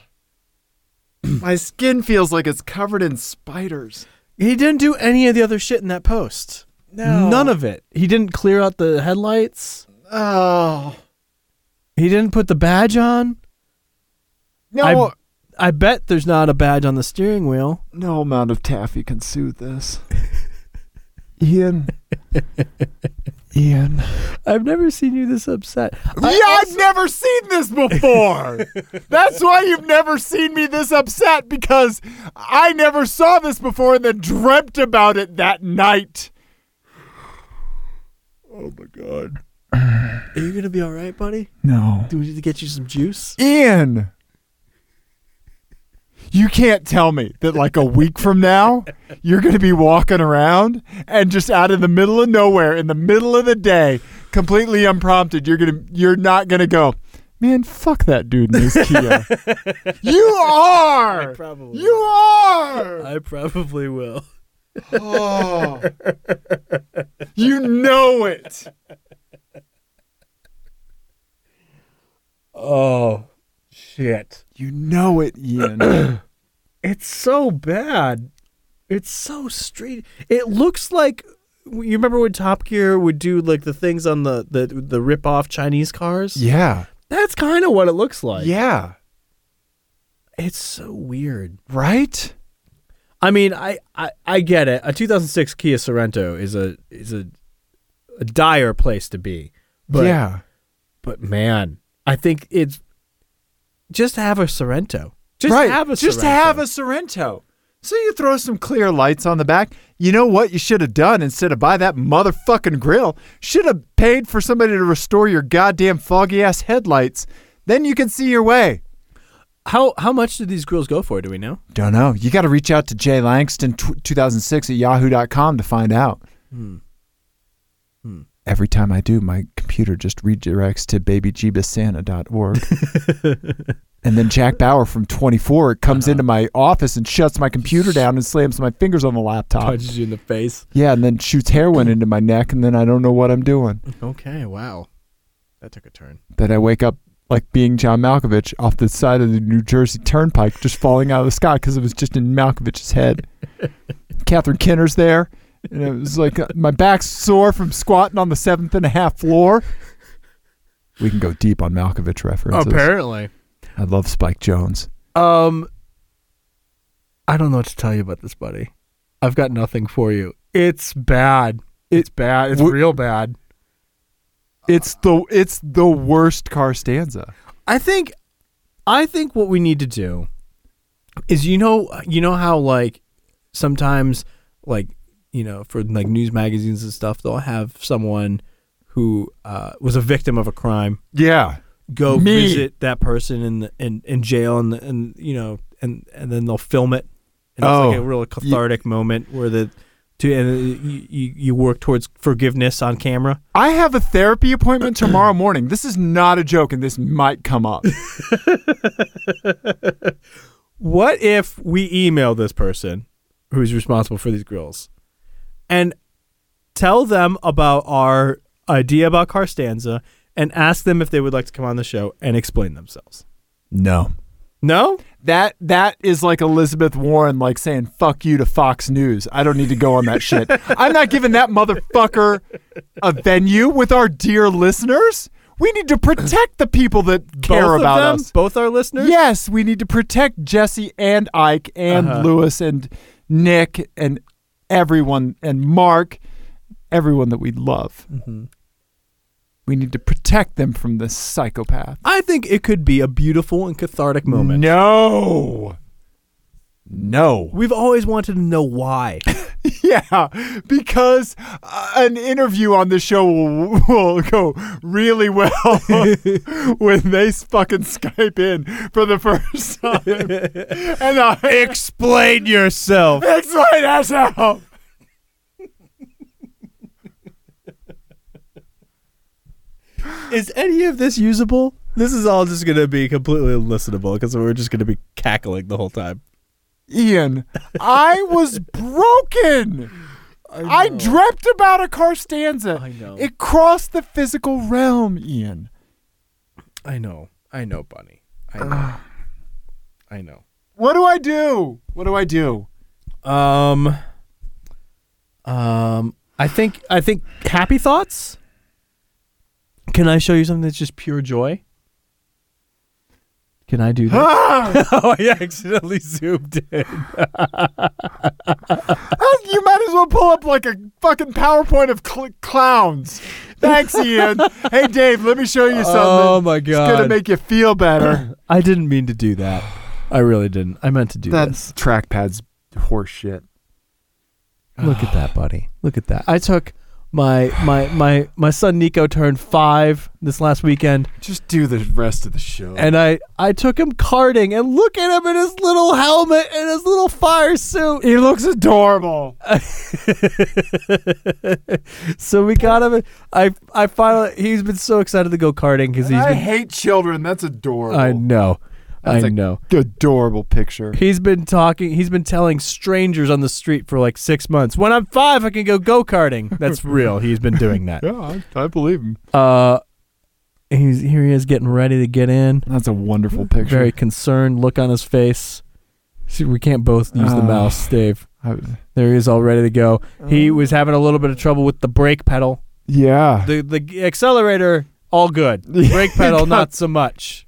Speaker 2: My skin feels like it's covered in spiders.
Speaker 6: He didn't do any of the other shit in that post.
Speaker 2: No.
Speaker 6: None of it. He didn't clear out the headlights.
Speaker 2: Oh.
Speaker 6: He didn't put the badge on.
Speaker 2: No.
Speaker 6: I- I bet there's not a badge on the steering wheel.
Speaker 2: no amount of taffy can soothe this. Ian. Ian.
Speaker 6: I've never seen you this upset. I
Speaker 2: yeah,
Speaker 6: also-
Speaker 2: I've never seen this before. That's why you've never seen me this upset because I never saw this before and then dreamt about it that night. Oh my god.
Speaker 6: Are you gonna be all right, buddy?
Speaker 2: No.
Speaker 6: Do we need to get you some juice?
Speaker 2: Ian. You can't tell me that like a week from now you're going to be walking around and just out of the middle of nowhere in the middle of the day, completely unprompted, you're going to you're not going to go, "Man, fuck that dude in his Kia." you are.
Speaker 6: Probably.
Speaker 2: You are.
Speaker 6: I probably will.
Speaker 2: Oh. you know it.
Speaker 3: Oh, shit.
Speaker 2: You know it, Ian.
Speaker 3: It's so bad. It's so straight. It looks like you remember when Top Gear would do like the things on the the, the rip off Chinese cars.
Speaker 2: yeah.
Speaker 3: That's kind of what it looks like.
Speaker 2: Yeah.
Speaker 3: It's so weird.
Speaker 2: Right?
Speaker 3: I mean, I, I, I get it. A 2006 Kia Sorento is a is a, a dire place to be. But,
Speaker 2: yeah.
Speaker 3: But man, I think it's just have a Sorento. Just
Speaker 2: right.
Speaker 3: have a
Speaker 2: just
Speaker 3: Sorento.
Speaker 2: have a Sorrento. So you throw some clear lights on the back. You know what you should have done instead of buy that motherfucking grill? Should have paid for somebody to restore your goddamn foggy ass headlights. Then you can see your way.
Speaker 3: how how much do these grills go for? Do we know?
Speaker 2: Don't know. You got to reach out to Jay Langston, tw 2006 at yahoo.com to find out. Every time I do, my computer just redirects to babyjebussanta.org. and then Jack Bauer from 24 comes into my office and shuts my computer down and slams my fingers on the laptop.
Speaker 3: Punches you in the face.
Speaker 2: Yeah, and then shoots heroin into my neck, and then I don't know what I'm doing.
Speaker 3: Okay. Wow. That took a turn.
Speaker 2: Then I wake up like being John Malkovich off the side of the New Jersey Turnpike, just falling out of the sky because it was just in Malkovich's head. Catherine Kinner's there, and it was like uh, my back's sore from squatting on the seventh and a half floor. We can go deep on Malkovich references.
Speaker 3: Apparently.
Speaker 2: I love Spike Jones.
Speaker 3: Um, I don't know what to tell you about this, buddy. I've got nothing for you. It's bad. It's bad. It's
Speaker 2: W-
Speaker 3: real bad.
Speaker 2: It's the it's the worst car stanza.
Speaker 3: I think, I think what we need to do is you know you know how like sometimes like you know for like news magazines and stuff they'll have someone who uh, was a victim of a crime
Speaker 2: Yeah,
Speaker 3: go
Speaker 2: Me.
Speaker 3: visit that person in the, in in jail and and you know and and then they'll film it. And it's
Speaker 2: Oh.
Speaker 3: like a real cathartic moment where the to and uh, you, you you work towards forgiveness on camera.
Speaker 2: I have a therapy appointment tomorrow morning. This is not a joke, and this might come up.
Speaker 3: What if we email this person who's responsible for these grills and tell them about our idea about Carstanza and ask them if they would like to come on the show and explain themselves?
Speaker 2: No.
Speaker 3: No?
Speaker 2: That that is like Elizabeth Warren like saying fuck you to Fox News. I don't need to go on that shit. I'm not giving that motherfucker a venue with our dear listeners. We need to protect the people that care
Speaker 3: both
Speaker 2: about
Speaker 3: of them?
Speaker 2: us.
Speaker 3: Both our listeners?
Speaker 2: Yes, we need to protect Jesse and Ike and
Speaker 3: Uh-huh.
Speaker 2: Lewis and Nick and everyone and Mark, everyone that we love.
Speaker 3: Mm-hmm.
Speaker 2: We need to protect them from this psychopath.
Speaker 3: I think it could be a beautiful and cathartic moment.
Speaker 2: No. No.
Speaker 3: We've always wanted to know why.
Speaker 2: Yeah, because uh, an interview on the show will, will go really well when they fucking Skype in for the first time. And I
Speaker 3: Explain yourself.
Speaker 2: explain yourself.
Speaker 3: Is any of this usable? This is all just going to be completely listenable because we're just going to be cackling the whole time.
Speaker 2: Ian, I was broken.
Speaker 6: I,
Speaker 2: I dreamt about a Carstanza.
Speaker 3: I know.
Speaker 2: It crossed the physical realm, Ian.
Speaker 3: I know. I know, Bunny. I know. I know.
Speaker 2: What do I do? What do I do?
Speaker 3: Um, um, I think I think happy thoughts. Can I show you something that's just pure joy? Can I do that?
Speaker 2: Ah!
Speaker 3: oh, I accidentally zoomed in.
Speaker 2: you might as well pull up like a fucking PowerPoint of cl- clowns. Thanks, Ian. hey, Dave, let me show you something.
Speaker 3: Oh my
Speaker 2: It's gonna
Speaker 3: god!
Speaker 2: make you feel better.
Speaker 3: I didn't mean to do that. I really didn't. I meant to do this.
Speaker 2: That's trackpad's horseshit.
Speaker 3: Look at that, buddy. Look at that. I took my my my my son Nico turned five this last weekend,
Speaker 2: Just do the rest of the show.
Speaker 3: and I I took him karting, and look at him in his little helmet and his little fire suit.
Speaker 2: he looks adorable.
Speaker 3: so we got him. I I finally he's been so excited to go karting because he's
Speaker 2: I
Speaker 3: been.
Speaker 2: hate children. That's adorable.
Speaker 3: I know.
Speaker 2: That's
Speaker 3: I
Speaker 2: a
Speaker 3: know.
Speaker 2: Adorable picture.
Speaker 3: He's been talking. He's been telling strangers on the street for like six months. When I'm five, I can go go karting. That's real. He's been doing that.
Speaker 2: Yeah, I, I believe him.
Speaker 3: Uh, he's here. He is getting ready to get in.
Speaker 2: That's a wonderful picture.
Speaker 3: Very concerned look on his face. See, we can't both use the
Speaker 2: Uh.
Speaker 3: mouse, Dave.
Speaker 2: I-
Speaker 3: There he is, all ready to go. He was having a little bit of trouble with the brake pedal.
Speaker 2: yeah.
Speaker 3: The the accelerator, all good. Brake pedal, not so much.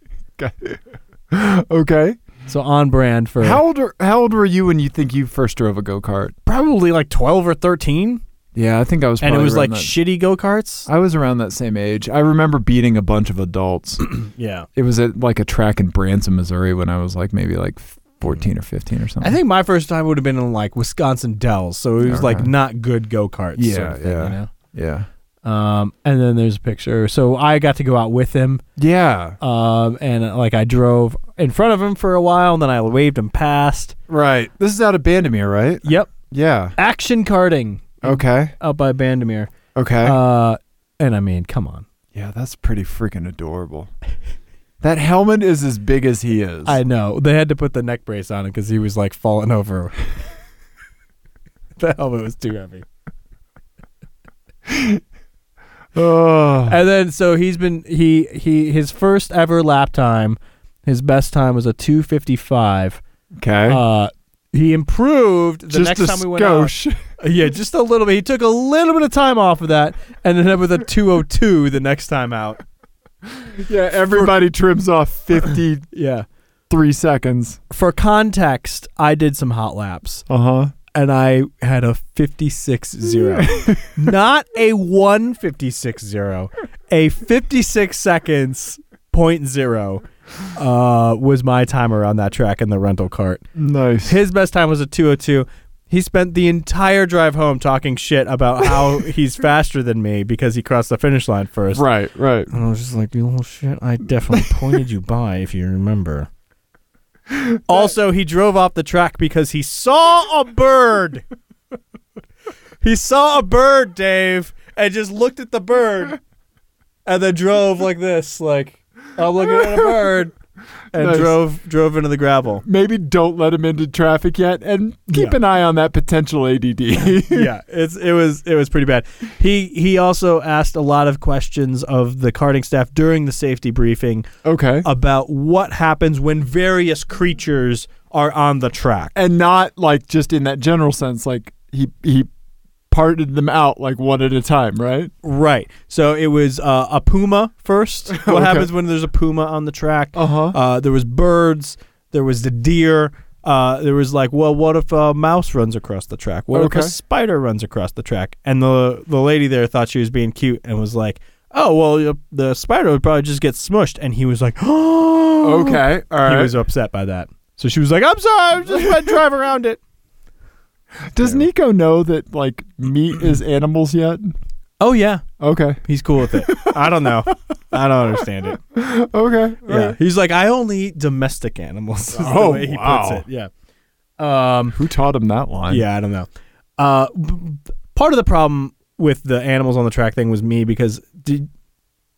Speaker 2: okay.
Speaker 3: So on brand for
Speaker 2: How old are, how old were you when you think you first drove a go kart?
Speaker 3: probably like twelve or thirteen,
Speaker 2: Yeah, I think I was.
Speaker 3: and it
Speaker 2: probably
Speaker 3: was like
Speaker 2: around that-
Speaker 3: shitty go karts.
Speaker 2: I was around that same age. I remember beating a bunch of adults.
Speaker 3: Yeah.
Speaker 2: it was at like a track in Branson, Missouri, when I was like maybe like fourteen or fifteen or something.
Speaker 3: I think my first time would have been in like Wisconsin Dells, so it was like
Speaker 2: Okay.
Speaker 3: not good go karts.
Speaker 2: Yeah,
Speaker 3: sort of thing,
Speaker 2: yeah.
Speaker 3: You
Speaker 2: Yeah.
Speaker 3: know? Um, and then there's a picture. So I got to go out with him,
Speaker 2: Yeah.
Speaker 3: um, and uh, like I drove in front of him for a while, and then I waved him past.
Speaker 2: Right. This is out of Bandamere, right?
Speaker 3: Yep,
Speaker 2: Yeah.
Speaker 3: action karting
Speaker 2: Okay.
Speaker 3: out by Bandamere.
Speaker 2: Okay.
Speaker 3: Uh, and I mean, come on,
Speaker 2: yeah, that's pretty freaking adorable. that helmet is as big as he is.
Speaker 3: I know they had to put the neck brace on him because he was like falling over. the helmet was too heavy.
Speaker 2: Ugh.
Speaker 3: and then so he's been he he his first ever lap time his best time was a 255
Speaker 2: okay.
Speaker 3: uh he improved the
Speaker 2: Just
Speaker 3: next
Speaker 2: a
Speaker 3: time we went
Speaker 2: skosh.
Speaker 3: out yeah just a little bit he took a little bit of time off of that and ended up with a 202 the next time out
Speaker 2: yeah, everybody trims off fifty-three
Speaker 3: yeah
Speaker 2: seconds.
Speaker 3: for context i did some hot laps
Speaker 2: Uh huh.
Speaker 3: and i had a 56 0 not a 156 0 a 56 seconds point zero uh, was my timer on that track in the rental cart
Speaker 2: Nice.
Speaker 3: his best time was a 202 he spent the entire drive home talking shit about how he's faster than me because he crossed the finish line first
Speaker 2: Right. Right.
Speaker 3: and i was just like you little shit i definitely pointed you by if you remember also he drove off the track because he saw a bird he saw a bird dave and just looked at the bird and then drove like this like i'm looking at a bird and
Speaker 2: Nice.
Speaker 3: drove drove into the gravel
Speaker 2: Maybe don't let him into traffic yet, and keep
Speaker 3: Yeah.
Speaker 2: an eye on that potential ADD.
Speaker 3: yeah, it's it was it was pretty bad. He he also asked a lot of questions of the karting staff during the safety briefing
Speaker 2: okay.
Speaker 3: about what happens when various creatures are on the track.
Speaker 2: and not like just in that general sense like he he parted them out like one at a time right
Speaker 3: Right. So it was uh, a puma first. What
Speaker 2: Okay.
Speaker 3: happens when there's a puma on the track?
Speaker 2: uh-huh
Speaker 3: Uh, there was birds. There was the deer. Uh, there was like, well, what if a mouse runs across the track? What
Speaker 2: Okay.
Speaker 3: if a spider runs across the track? And the the lady there thought she was being cute and was like, oh, well, you- the spider would probably just get smushed. And he was like, oh,
Speaker 2: okay all
Speaker 3: He
Speaker 2: right
Speaker 3: was upset by that. So she was like, I'm sorry, I'm just going to drive around it.
Speaker 2: does nico know that like meat is animals yet
Speaker 3: Oh, yeah.
Speaker 2: okay
Speaker 3: He's cool with it. I don't know. I don't understand it.
Speaker 2: okay
Speaker 3: Yeah. He's like, I only eat domestic animals. is the
Speaker 2: Oh,
Speaker 3: way he
Speaker 2: wow.
Speaker 3: puts it. Yeah. Um,
Speaker 2: who taught him that line
Speaker 3: Yeah, I don't know. Uh, b- b- part of the problem with the animals on the track thing was me because did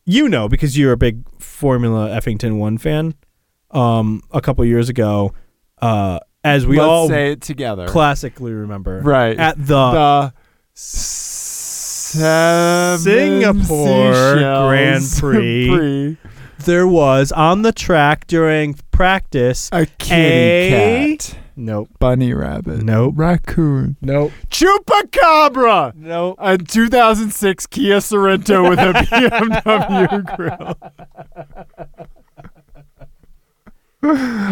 Speaker 3: you know because you're a big Formula Effington One fan. Um, a couple years ago, uh, as we
Speaker 2: let's
Speaker 3: all
Speaker 2: say it together
Speaker 3: classically remember,
Speaker 2: right
Speaker 3: at the,
Speaker 2: the Seven
Speaker 3: Singapore
Speaker 2: seashells
Speaker 3: Grand Prix. There was on the track during practice.
Speaker 2: A kitty
Speaker 3: A-
Speaker 2: cat.
Speaker 3: Nope.
Speaker 2: Bunny rabbit.
Speaker 3: Nope.
Speaker 2: Raccoon.
Speaker 3: Nope.
Speaker 2: Chupacabra.
Speaker 3: Nope.
Speaker 2: A 2006 Kia Sorento with a BMW grill.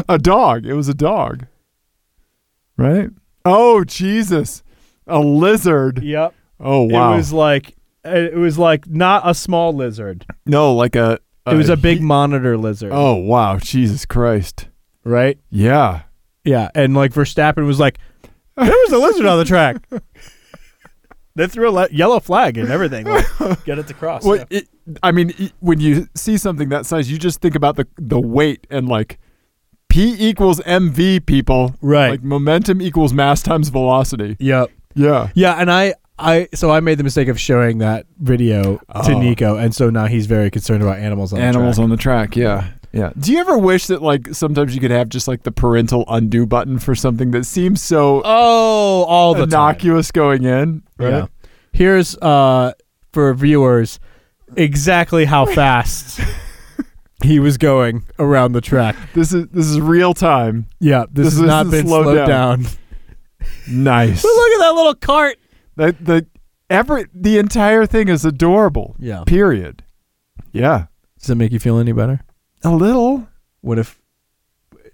Speaker 2: a dog. It was a dog. Right? Oh, Jesus. A lizard.
Speaker 3: Yep.
Speaker 2: Oh, wow.
Speaker 3: It was like it was like not a small lizard.
Speaker 2: no, like a.
Speaker 3: It was a big
Speaker 2: he-
Speaker 3: monitor lizard.
Speaker 2: oh, wow. Jesus Christ.
Speaker 3: right.
Speaker 2: Yeah.
Speaker 3: Yeah, and like Verstappen was like, there was a lizard on the track. They threw a le- yellow flag and everything. Like, get it to cross.
Speaker 2: Well, it, I mean, i when you see something that size, you just think about the the weight and like P equals MV, people.
Speaker 3: Right.
Speaker 2: Like momentum equals mass times velocity.
Speaker 3: yep.
Speaker 2: Yeah.
Speaker 3: Yeah, and I, I, so I made the mistake of showing that video to
Speaker 2: Oh.
Speaker 3: Nico, and so now he's very concerned about animals on
Speaker 2: Animals
Speaker 3: the track.
Speaker 2: on the track. Yeah. Yeah. Do you ever wish that like sometimes you could have just like the parental undo button for something that seems so
Speaker 3: oh, all the time.
Speaker 2: innocuous going in? Right.
Speaker 3: Yeah. Here's uh for viewers exactly how fast he was going around the track.
Speaker 2: This is this is real time.
Speaker 3: Yeah, this,
Speaker 2: This
Speaker 3: has not
Speaker 2: isn't
Speaker 3: been
Speaker 2: slowed
Speaker 3: slowed down.
Speaker 2: down. Nice.
Speaker 3: But look at that little cart.
Speaker 2: the the every the entire thing is adorable.
Speaker 3: Yeah.
Speaker 2: Period. Yeah.
Speaker 3: Does it make you feel any better?
Speaker 2: A little.
Speaker 3: What if?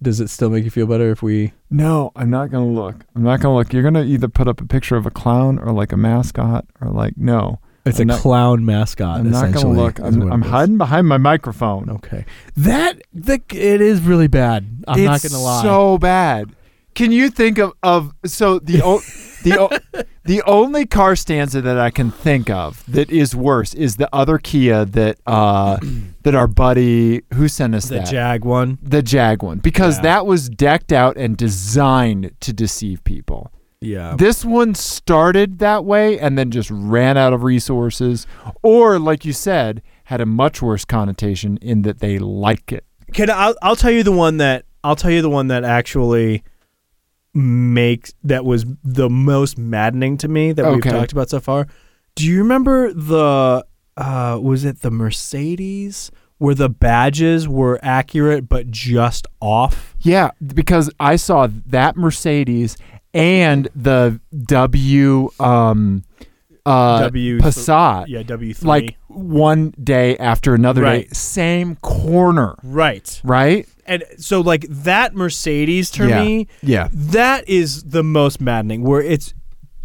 Speaker 3: Does it still make you feel better if we?
Speaker 2: No, I'm not gonna look. I'm not gonna look. You're gonna either put up a picture of a clown or like a mascot or like no.
Speaker 3: It's
Speaker 2: I'm
Speaker 3: a
Speaker 2: not-
Speaker 3: clown mascot.
Speaker 2: I'm not gonna
Speaker 3: Uh, essentially,
Speaker 2: look.
Speaker 3: is
Speaker 2: I'm,
Speaker 3: what it
Speaker 2: I'm
Speaker 3: is.
Speaker 2: hiding behind my microphone.
Speaker 3: Okay, that the it is really bad. I'm not
Speaker 2: It's
Speaker 3: gonna lie.
Speaker 2: So bad. Can you think of of so the o- the o- the only car stanza that I can think of that is worse is the other Kia that uh that our buddy who sent us that
Speaker 3: Jag one.
Speaker 2: the Jag one because
Speaker 3: Yeah.
Speaker 2: that was decked out and designed to deceive people.
Speaker 3: Yeah.
Speaker 2: this one started that way and then just ran out of resources or like you said had a much worse connotation in that they like it
Speaker 3: Can I'll, I'll tell you the one that I'll tell you the one that actually makes that was the most maddening to me that we've
Speaker 2: Okay.
Speaker 3: talked about so far. Do you remember the uh, was it the Mercedes where the badges were accurate but just off?
Speaker 2: yeah because i saw that mercedes and the w um uh
Speaker 3: W for-
Speaker 2: passat
Speaker 3: Yeah, W three.
Speaker 2: like one day after another
Speaker 3: Right.
Speaker 2: day same corner
Speaker 3: right,
Speaker 2: right
Speaker 3: and so like that Mercedes to
Speaker 2: Yeah.
Speaker 3: me,
Speaker 2: yeah
Speaker 3: that is the most maddening. Where it's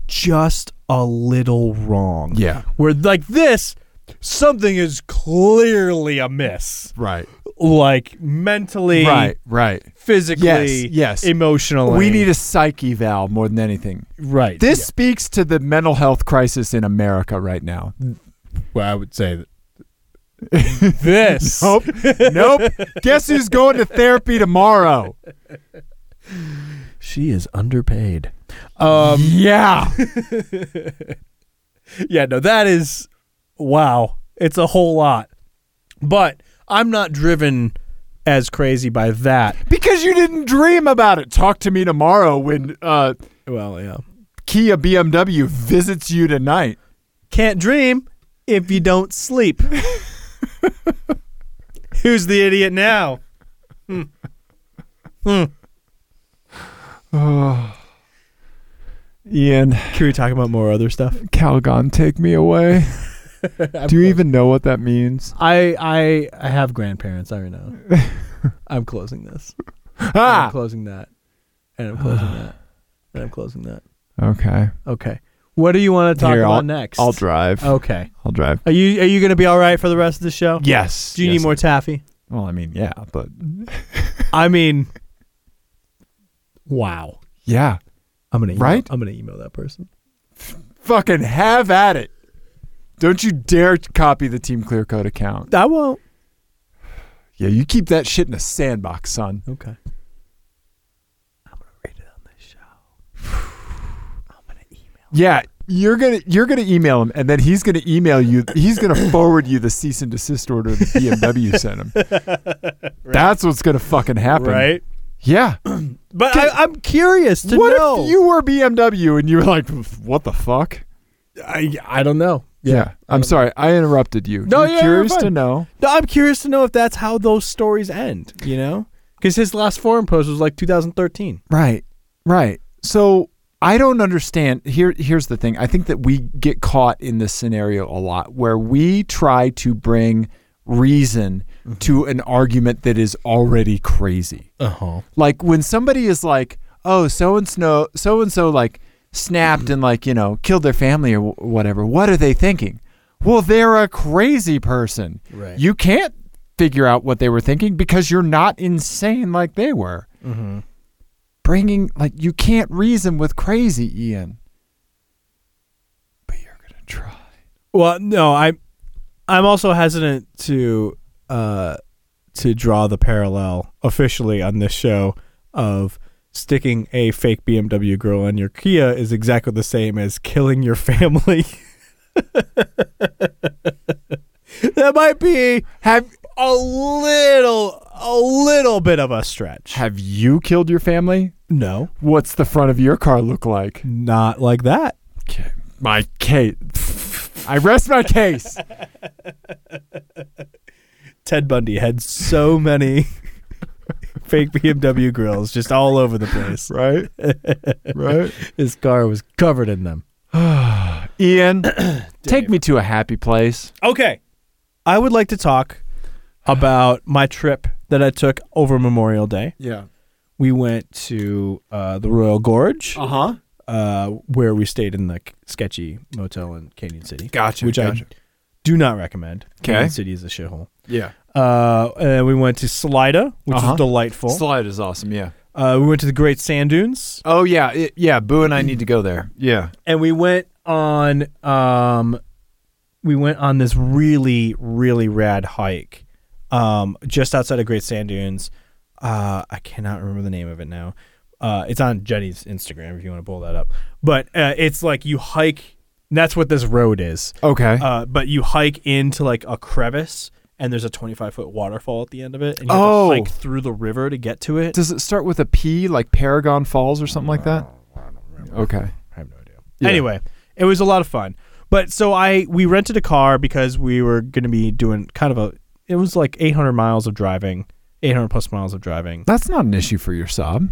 Speaker 3: just a little wrong.
Speaker 2: yeah
Speaker 3: where like this something is clearly amiss
Speaker 2: right
Speaker 3: like mentally
Speaker 2: right right
Speaker 3: physically
Speaker 2: Yes, yes.
Speaker 3: emotionally
Speaker 2: we need a psyche valve more than anything
Speaker 3: right
Speaker 2: This speaks to the mental health crisis in America right now.
Speaker 3: Yeah. well i would say that this
Speaker 2: Nope. nope. Guess who's going to therapy tomorrow?
Speaker 3: she is underpaid um
Speaker 2: yeah.
Speaker 3: yeah no that is wow it's a whole lot but i'm not driven as crazy by that
Speaker 2: Because you didn't dream about it. Talk to me tomorrow when uh,
Speaker 3: well yeah
Speaker 2: Kia BMW visits you tonight.
Speaker 3: Can't dream if you don't sleep. Who's the idiot now?
Speaker 2: Ian,
Speaker 3: Can we talk about more other stuff?
Speaker 2: Calgon, take me away. Do you even know what that means?
Speaker 3: I I I have grandparents. I already know. I'm closing this. I'm
Speaker 2: Ah!
Speaker 3: closing that. And I'm closing that. And I'm closing that.
Speaker 2: Okay.
Speaker 3: Okay. What do you want to talk
Speaker 2: Here,
Speaker 3: about
Speaker 2: I'll-
Speaker 3: next?
Speaker 2: I'll drive.
Speaker 3: Okay.
Speaker 2: I'll drive.
Speaker 3: Are you are you gonna be all right for the rest of the show?
Speaker 2: Yes.
Speaker 3: Do you
Speaker 2: yes.
Speaker 3: need more taffy?
Speaker 2: Well, I mean, yeah, but
Speaker 3: I mean, wow.
Speaker 2: yeah.
Speaker 3: I'm gonna email,
Speaker 2: Right?
Speaker 3: I'm gonna email that person.
Speaker 2: Fucking have at it. Don't you dare copy the Team Clear Code account.
Speaker 3: I won't.
Speaker 2: Yeah, you keep that shit in a sandbox, son.
Speaker 3: Okay. I'm gonna read it on this show. I'm gonna email.
Speaker 2: Yeah, you're gonna you're gonna email him, and then he's gonna email you. He's gonna forward you the cease and desist order the BMW sent him. That's what's gonna fucking happen,
Speaker 3: Right.
Speaker 2: Yeah.
Speaker 3: But I, I'm curious to
Speaker 2: what
Speaker 3: know.
Speaker 2: if you were BMW and you were like, what the fuck?
Speaker 3: I I don't know.
Speaker 2: Yeah. I'm sorry. I interrupted you.
Speaker 3: No,
Speaker 2: You're
Speaker 3: yeah, you're
Speaker 2: curious to
Speaker 3: fine.
Speaker 2: know.
Speaker 3: No, I'm curious to know if that's how those stories end. You know, because his last forum post was like 2013.
Speaker 2: Right. Right. So I don't understand. Here here's the thing. I think that we get caught in this scenario a lot where we try to bring reason to an argument that is already crazy.
Speaker 3: Uh huh.
Speaker 2: Like when somebody is like, "Oh, so and so so and so like snapped and like, you know, killed their family or wh- whatever." What are they thinking? Well, they're a crazy person.
Speaker 3: Right.
Speaker 2: You can't figure out what they were thinking because you're not insane like they were
Speaker 3: Mm-hmm.
Speaker 2: bringing like you can't reason with crazy Ian. But you're gonna try.
Speaker 3: Well, no, I I'm also hesitant to uh to draw the parallel officially on this show of sticking a fake BMW grill on your Kia is exactly the same as killing your family. that might be
Speaker 2: Have
Speaker 3: a little a little bit of a stretch.
Speaker 2: Have you killed your family?
Speaker 3: No,
Speaker 2: What's the front of your car look like?
Speaker 3: not like that.
Speaker 2: My Kate. I rest my case.
Speaker 3: Ted Bundy had so many fake BMW grills just all over the place.
Speaker 2: right? Right?
Speaker 3: His car was covered in them.
Speaker 2: Ian, take me to a happy place.
Speaker 3: Okay. I would like to talk about my trip that I took over Memorial Day.
Speaker 2: Yeah.
Speaker 3: We went to uh, the Royal Gorge,
Speaker 2: huh.
Speaker 3: uh, where we stayed in the sketchy motel in Canyon City,
Speaker 2: Gotcha.
Speaker 3: which
Speaker 2: gotcha.
Speaker 3: I do not recommend.
Speaker 2: Okay.
Speaker 3: Canyon City is a shithole.
Speaker 2: yeah.
Speaker 3: Uh, and we went to Salida, which
Speaker 2: Uh-huh.
Speaker 3: was delightful.
Speaker 2: Slide is awesome. Yeah.
Speaker 3: uh, we went to the Great Sand Dunes,
Speaker 2: Oh yeah. It, yeah. Boo and I need to go there. Yeah.
Speaker 3: and we went on um, we went on this really really rad hike, um, just outside of Great Sand Dunes. Uh, I cannot remember the name of it now. Uh, it's on Jenny's Instagram if you want to pull that up. But uh, it's like you hike. and That's what this road is.
Speaker 2: Okay.
Speaker 3: Uh, but you hike into like a crevice, and there's a 25 foot waterfall at the end of it, and you
Speaker 2: Oh.
Speaker 3: have to hike through the river to get to it.
Speaker 2: Does it start with a P, like Paragon Falls or something like that? Okay.
Speaker 3: I have no idea.
Speaker 2: Yeah.
Speaker 3: Anyway, it was a lot of fun. But so I we rented a car because we were going to be doing kind of a it was like 800 miles of driving, 800 plus miles of driving.
Speaker 2: That's not an issue for your sob.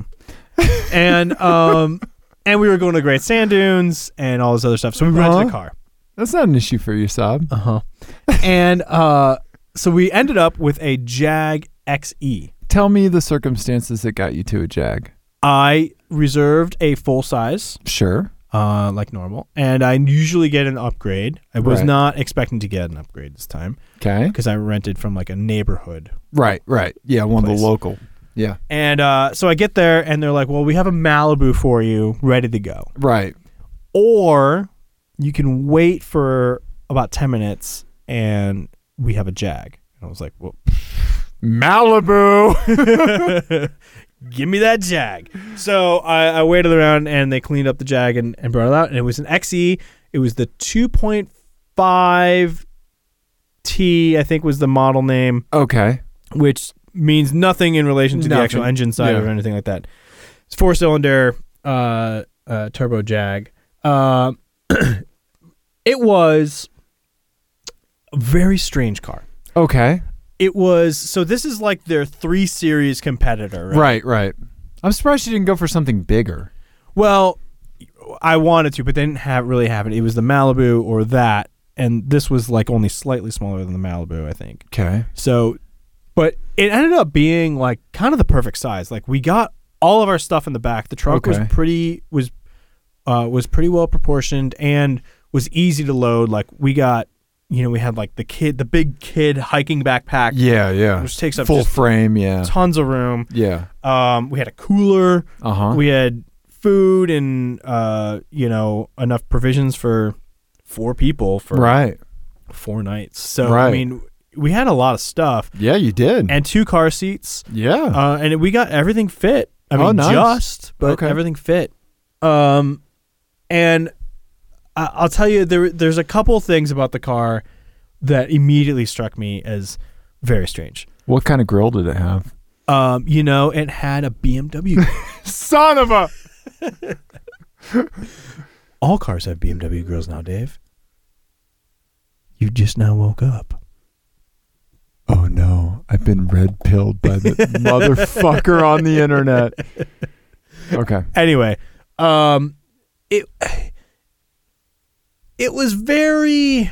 Speaker 3: hmm and um and we were going to Great Sand Dunes and all this other stuff. So we rented
Speaker 2: Uh-huh.
Speaker 3: a car.
Speaker 2: That's not an issue for your sob.
Speaker 3: Uh-huh. and uh so we ended up with a Jag E. XE.
Speaker 2: Tell me the circumstances that got you to a jag.
Speaker 3: I reserved a full size
Speaker 2: Sure.
Speaker 3: uh, like normal, and I usually get an upgrade. I was
Speaker 2: Right.
Speaker 3: not expecting to get an upgrade this time
Speaker 2: Okay.
Speaker 3: because I rented from like a neighborhood,
Speaker 2: Right, right. Yeah, one of
Speaker 3: Place.
Speaker 2: the local. Yeah.
Speaker 3: and uh, so I get there and they're like, "Well, we have a Malibu for you, ready to go,"
Speaker 2: Right.
Speaker 3: or you can wait for about ten minutes and we have a Jag. And I was like, "Well,
Speaker 2: Malibu.
Speaker 3: give me that Jag." So I, I waited around and they cleaned up the Jag and, and brought it out, and it was an XE. It was the two point five. T I think was the model name.
Speaker 2: Okay.
Speaker 3: which means nothing in relation to
Speaker 2: Nothing.
Speaker 3: the actual engine side
Speaker 2: Yeah.
Speaker 3: or anything like that. It's four cylinder uh, uh, turbo jag. Uh, it was a very strange car.
Speaker 2: Okay.
Speaker 3: It was so this is like their three series competitor, right?
Speaker 2: Right, right. I'm surprised you didn't go for something bigger.
Speaker 3: Well, I wanted to, but they didn't have really have it. It was the Malibu or that, and this was like only slightly smaller than the Malibu, I think.
Speaker 2: Okay.
Speaker 3: So, but it ended up being like kind of the perfect size. Like we got all of our stuff in the back. The trunk
Speaker 2: Okay.
Speaker 3: was pretty was uh, was pretty well proportioned and was easy to load. Like we got, you know, we had like the kid, the big kid hiking backpack,
Speaker 2: Yeah, yeah.
Speaker 3: which takes up
Speaker 2: Full
Speaker 3: just
Speaker 2: frame, yeah.
Speaker 3: tons of room.
Speaker 2: Yeah.
Speaker 3: Um, we had a cooler.
Speaker 2: Uh-huh.
Speaker 3: We had food and uh, you know enough provisions for four people for
Speaker 2: right.
Speaker 3: four nights. So I
Speaker 2: Right.
Speaker 3: mean, we had a lot of stuff
Speaker 2: Yeah, you did.
Speaker 3: and two car seats.
Speaker 2: yeah.
Speaker 3: uh, and we got everything fit. I mean,
Speaker 2: Oh, nice.
Speaker 3: just but
Speaker 2: Okay.
Speaker 3: everything fit. Um, and I- I'll tell you, there there's a couple things about the car that immediately struck me as very strange.
Speaker 2: what kind of grill did it have?
Speaker 3: Um, you know, it had a BMW.
Speaker 2: Son of a
Speaker 6: All cars have BMW grills now, Dave. You just now woke up.
Speaker 2: Oh no, I've been red pilled by the motherfucker on the internet. Okay.
Speaker 3: Anyway, um, it it was very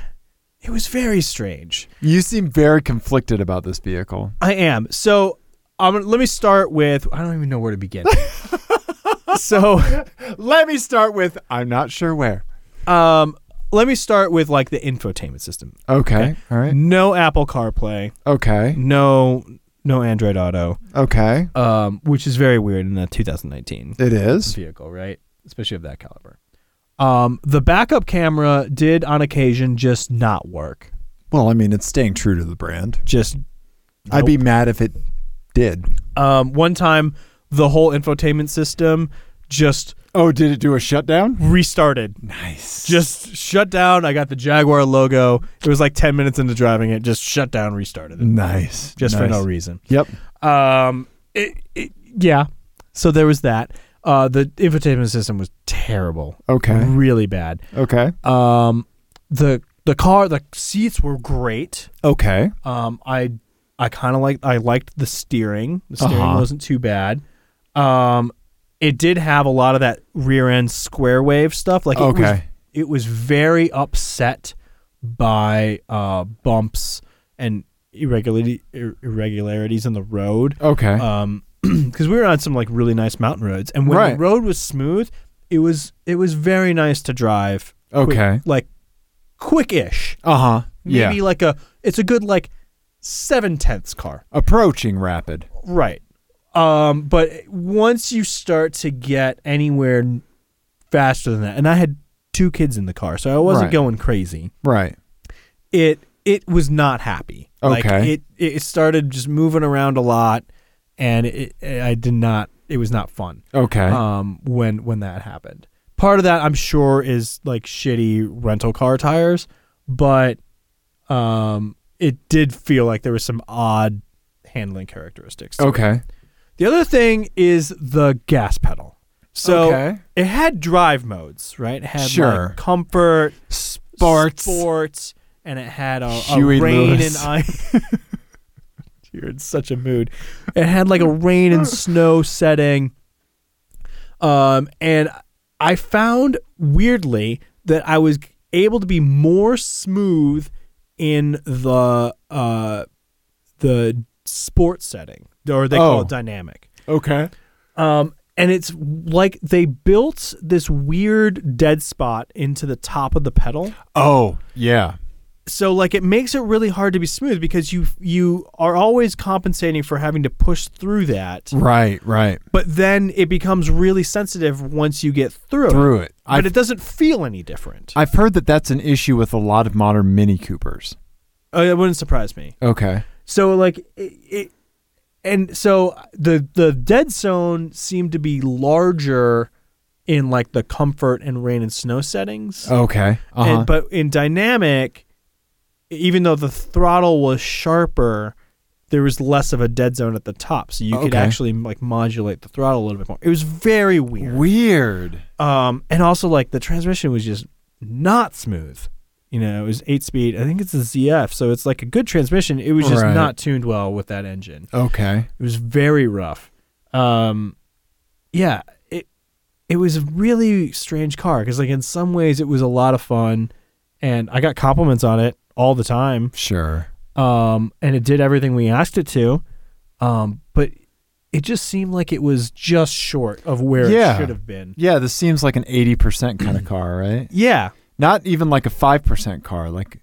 Speaker 3: it was very strange.
Speaker 2: You seem very conflicted about this vehicle.
Speaker 3: I am. So um, let me start with I don't even know where to begin. so
Speaker 2: Let me start with I'm not sure where.
Speaker 3: um, let me start with like the infotainment system.
Speaker 2: Okay. All right.
Speaker 3: No Apple CarPlay.
Speaker 2: Okay.
Speaker 3: No no Android Auto.
Speaker 2: Okay.
Speaker 3: Um, which is very weird in a 2019
Speaker 2: It is.
Speaker 3: vehicle, right? Especially of that caliber. Um, the backup camera did on occasion just not work.
Speaker 2: Well, I mean, it's staying true to the brand.
Speaker 3: Just
Speaker 2: I'd be mad if it did.
Speaker 3: um, one time the whole infotainment system just
Speaker 2: Oh, did it do a shutdown?
Speaker 3: restarted.
Speaker 2: Nice.
Speaker 3: Just shut down. I got the Jaguar logo. It was like 10 minutes into driving it. Just shut down, restarted it.
Speaker 2: nice.
Speaker 3: Just for
Speaker 2: Nice.
Speaker 3: no reason.
Speaker 2: Yep.
Speaker 3: Um, it, it, yeah. So there was that. Uh, the infotainment system was terrible.
Speaker 2: Okay.
Speaker 3: Really bad.
Speaker 2: Okay.
Speaker 3: Um, the the car, the seats were great.
Speaker 2: Okay.
Speaker 3: Um, I I kind of like I liked the steering. The steering
Speaker 2: Uh-huh.
Speaker 3: wasn't too bad. Um, it did have a lot of that rear end square wave stuff. Like it was,
Speaker 2: Okay.
Speaker 3: it was very upset by uh, bumps and irregularity ir- irregularities in the road.
Speaker 2: Okay.
Speaker 3: Um, because we were on some like really nice mountain roads, and when the
Speaker 2: Right.
Speaker 3: road was smooth, it was it was very nice to drive. Quick-
Speaker 2: okay.
Speaker 3: like quick-ish.
Speaker 2: Uh huh. Yeah.
Speaker 3: Maybe like a it's a good like seven tenths car.
Speaker 2: Approaching rapid.
Speaker 3: Right. Um, but once you start to get anywhere n- faster than that, and I had two kids in the car, so I wasn't
Speaker 2: Right.
Speaker 3: going crazy.
Speaker 2: Right.
Speaker 3: It it was not happy. Like
Speaker 2: Okay.
Speaker 3: it it started just moving around a lot, and it, it I did not. It was not fun.
Speaker 2: Okay.
Speaker 3: Um, when when that happened, part of that I'm sure is like shitty rental car tires, but um, it did feel like there was some odd handling characteristics. to it.
Speaker 2: okay.
Speaker 3: The other thing is the gas pedal. So
Speaker 2: Okay.
Speaker 3: it had drive modes, right? It had
Speaker 2: Sure.
Speaker 3: like comfort,
Speaker 2: Sports.
Speaker 3: sports, and it had a, a
Speaker 2: Huey
Speaker 3: rain
Speaker 2: Lewis.
Speaker 3: and I. You're in such a mood. It had like a rain and snow setting. Um, and I found weirdly that I was able to be more smooth in the uh, the sports setting, or they call
Speaker 2: Oh.
Speaker 3: it dynamic.
Speaker 2: Okay.
Speaker 3: Um, and it's like they built this weird dead spot into the top of the pedal.
Speaker 2: Oh yeah.
Speaker 3: So like it makes it really hard to be smooth because you you are always compensating for having to push through that,
Speaker 2: Right. Right.
Speaker 3: but then it becomes really sensitive once you get through.
Speaker 2: Through it.
Speaker 3: but
Speaker 2: I've,
Speaker 3: it doesn't feel any different.
Speaker 2: I've heard that that's an issue with a lot of modern Mini Coopers.
Speaker 3: Uh, it wouldn't surprise me.
Speaker 2: Okay.
Speaker 3: So like it, it and so the the dead zone seemed to be larger in like the comfort and rain and snow settings.
Speaker 2: Okay. Uh huh.
Speaker 3: And, but in dynamic, even though the throttle was sharper, there was less of a dead zone at the top, so you could
Speaker 2: Okay.
Speaker 3: actually like modulate the throttle a little bit more. It was very weird.
Speaker 2: Weird.
Speaker 3: Um, and also like the transmission was just not smooth. You know, it was eight speed. I think it's a ZF, so it's like a good transmission. It was just
Speaker 2: Right.
Speaker 3: not tuned well with that engine.
Speaker 2: Okay.
Speaker 3: It was very rough. Um, yeah, it it was a really strange car because like in some ways it was a lot of fun, and I got compliments on it all the time.
Speaker 2: Sure.
Speaker 3: Um, and it did everything we asked it to. Um, but it just seemed like it was just short of where
Speaker 2: Yeah.
Speaker 3: it should have been.
Speaker 2: Yeah, this seems like an 80% kind
Speaker 3: Mm.
Speaker 2: of car, right?
Speaker 3: Yeah,
Speaker 2: Not even like a 5% car, like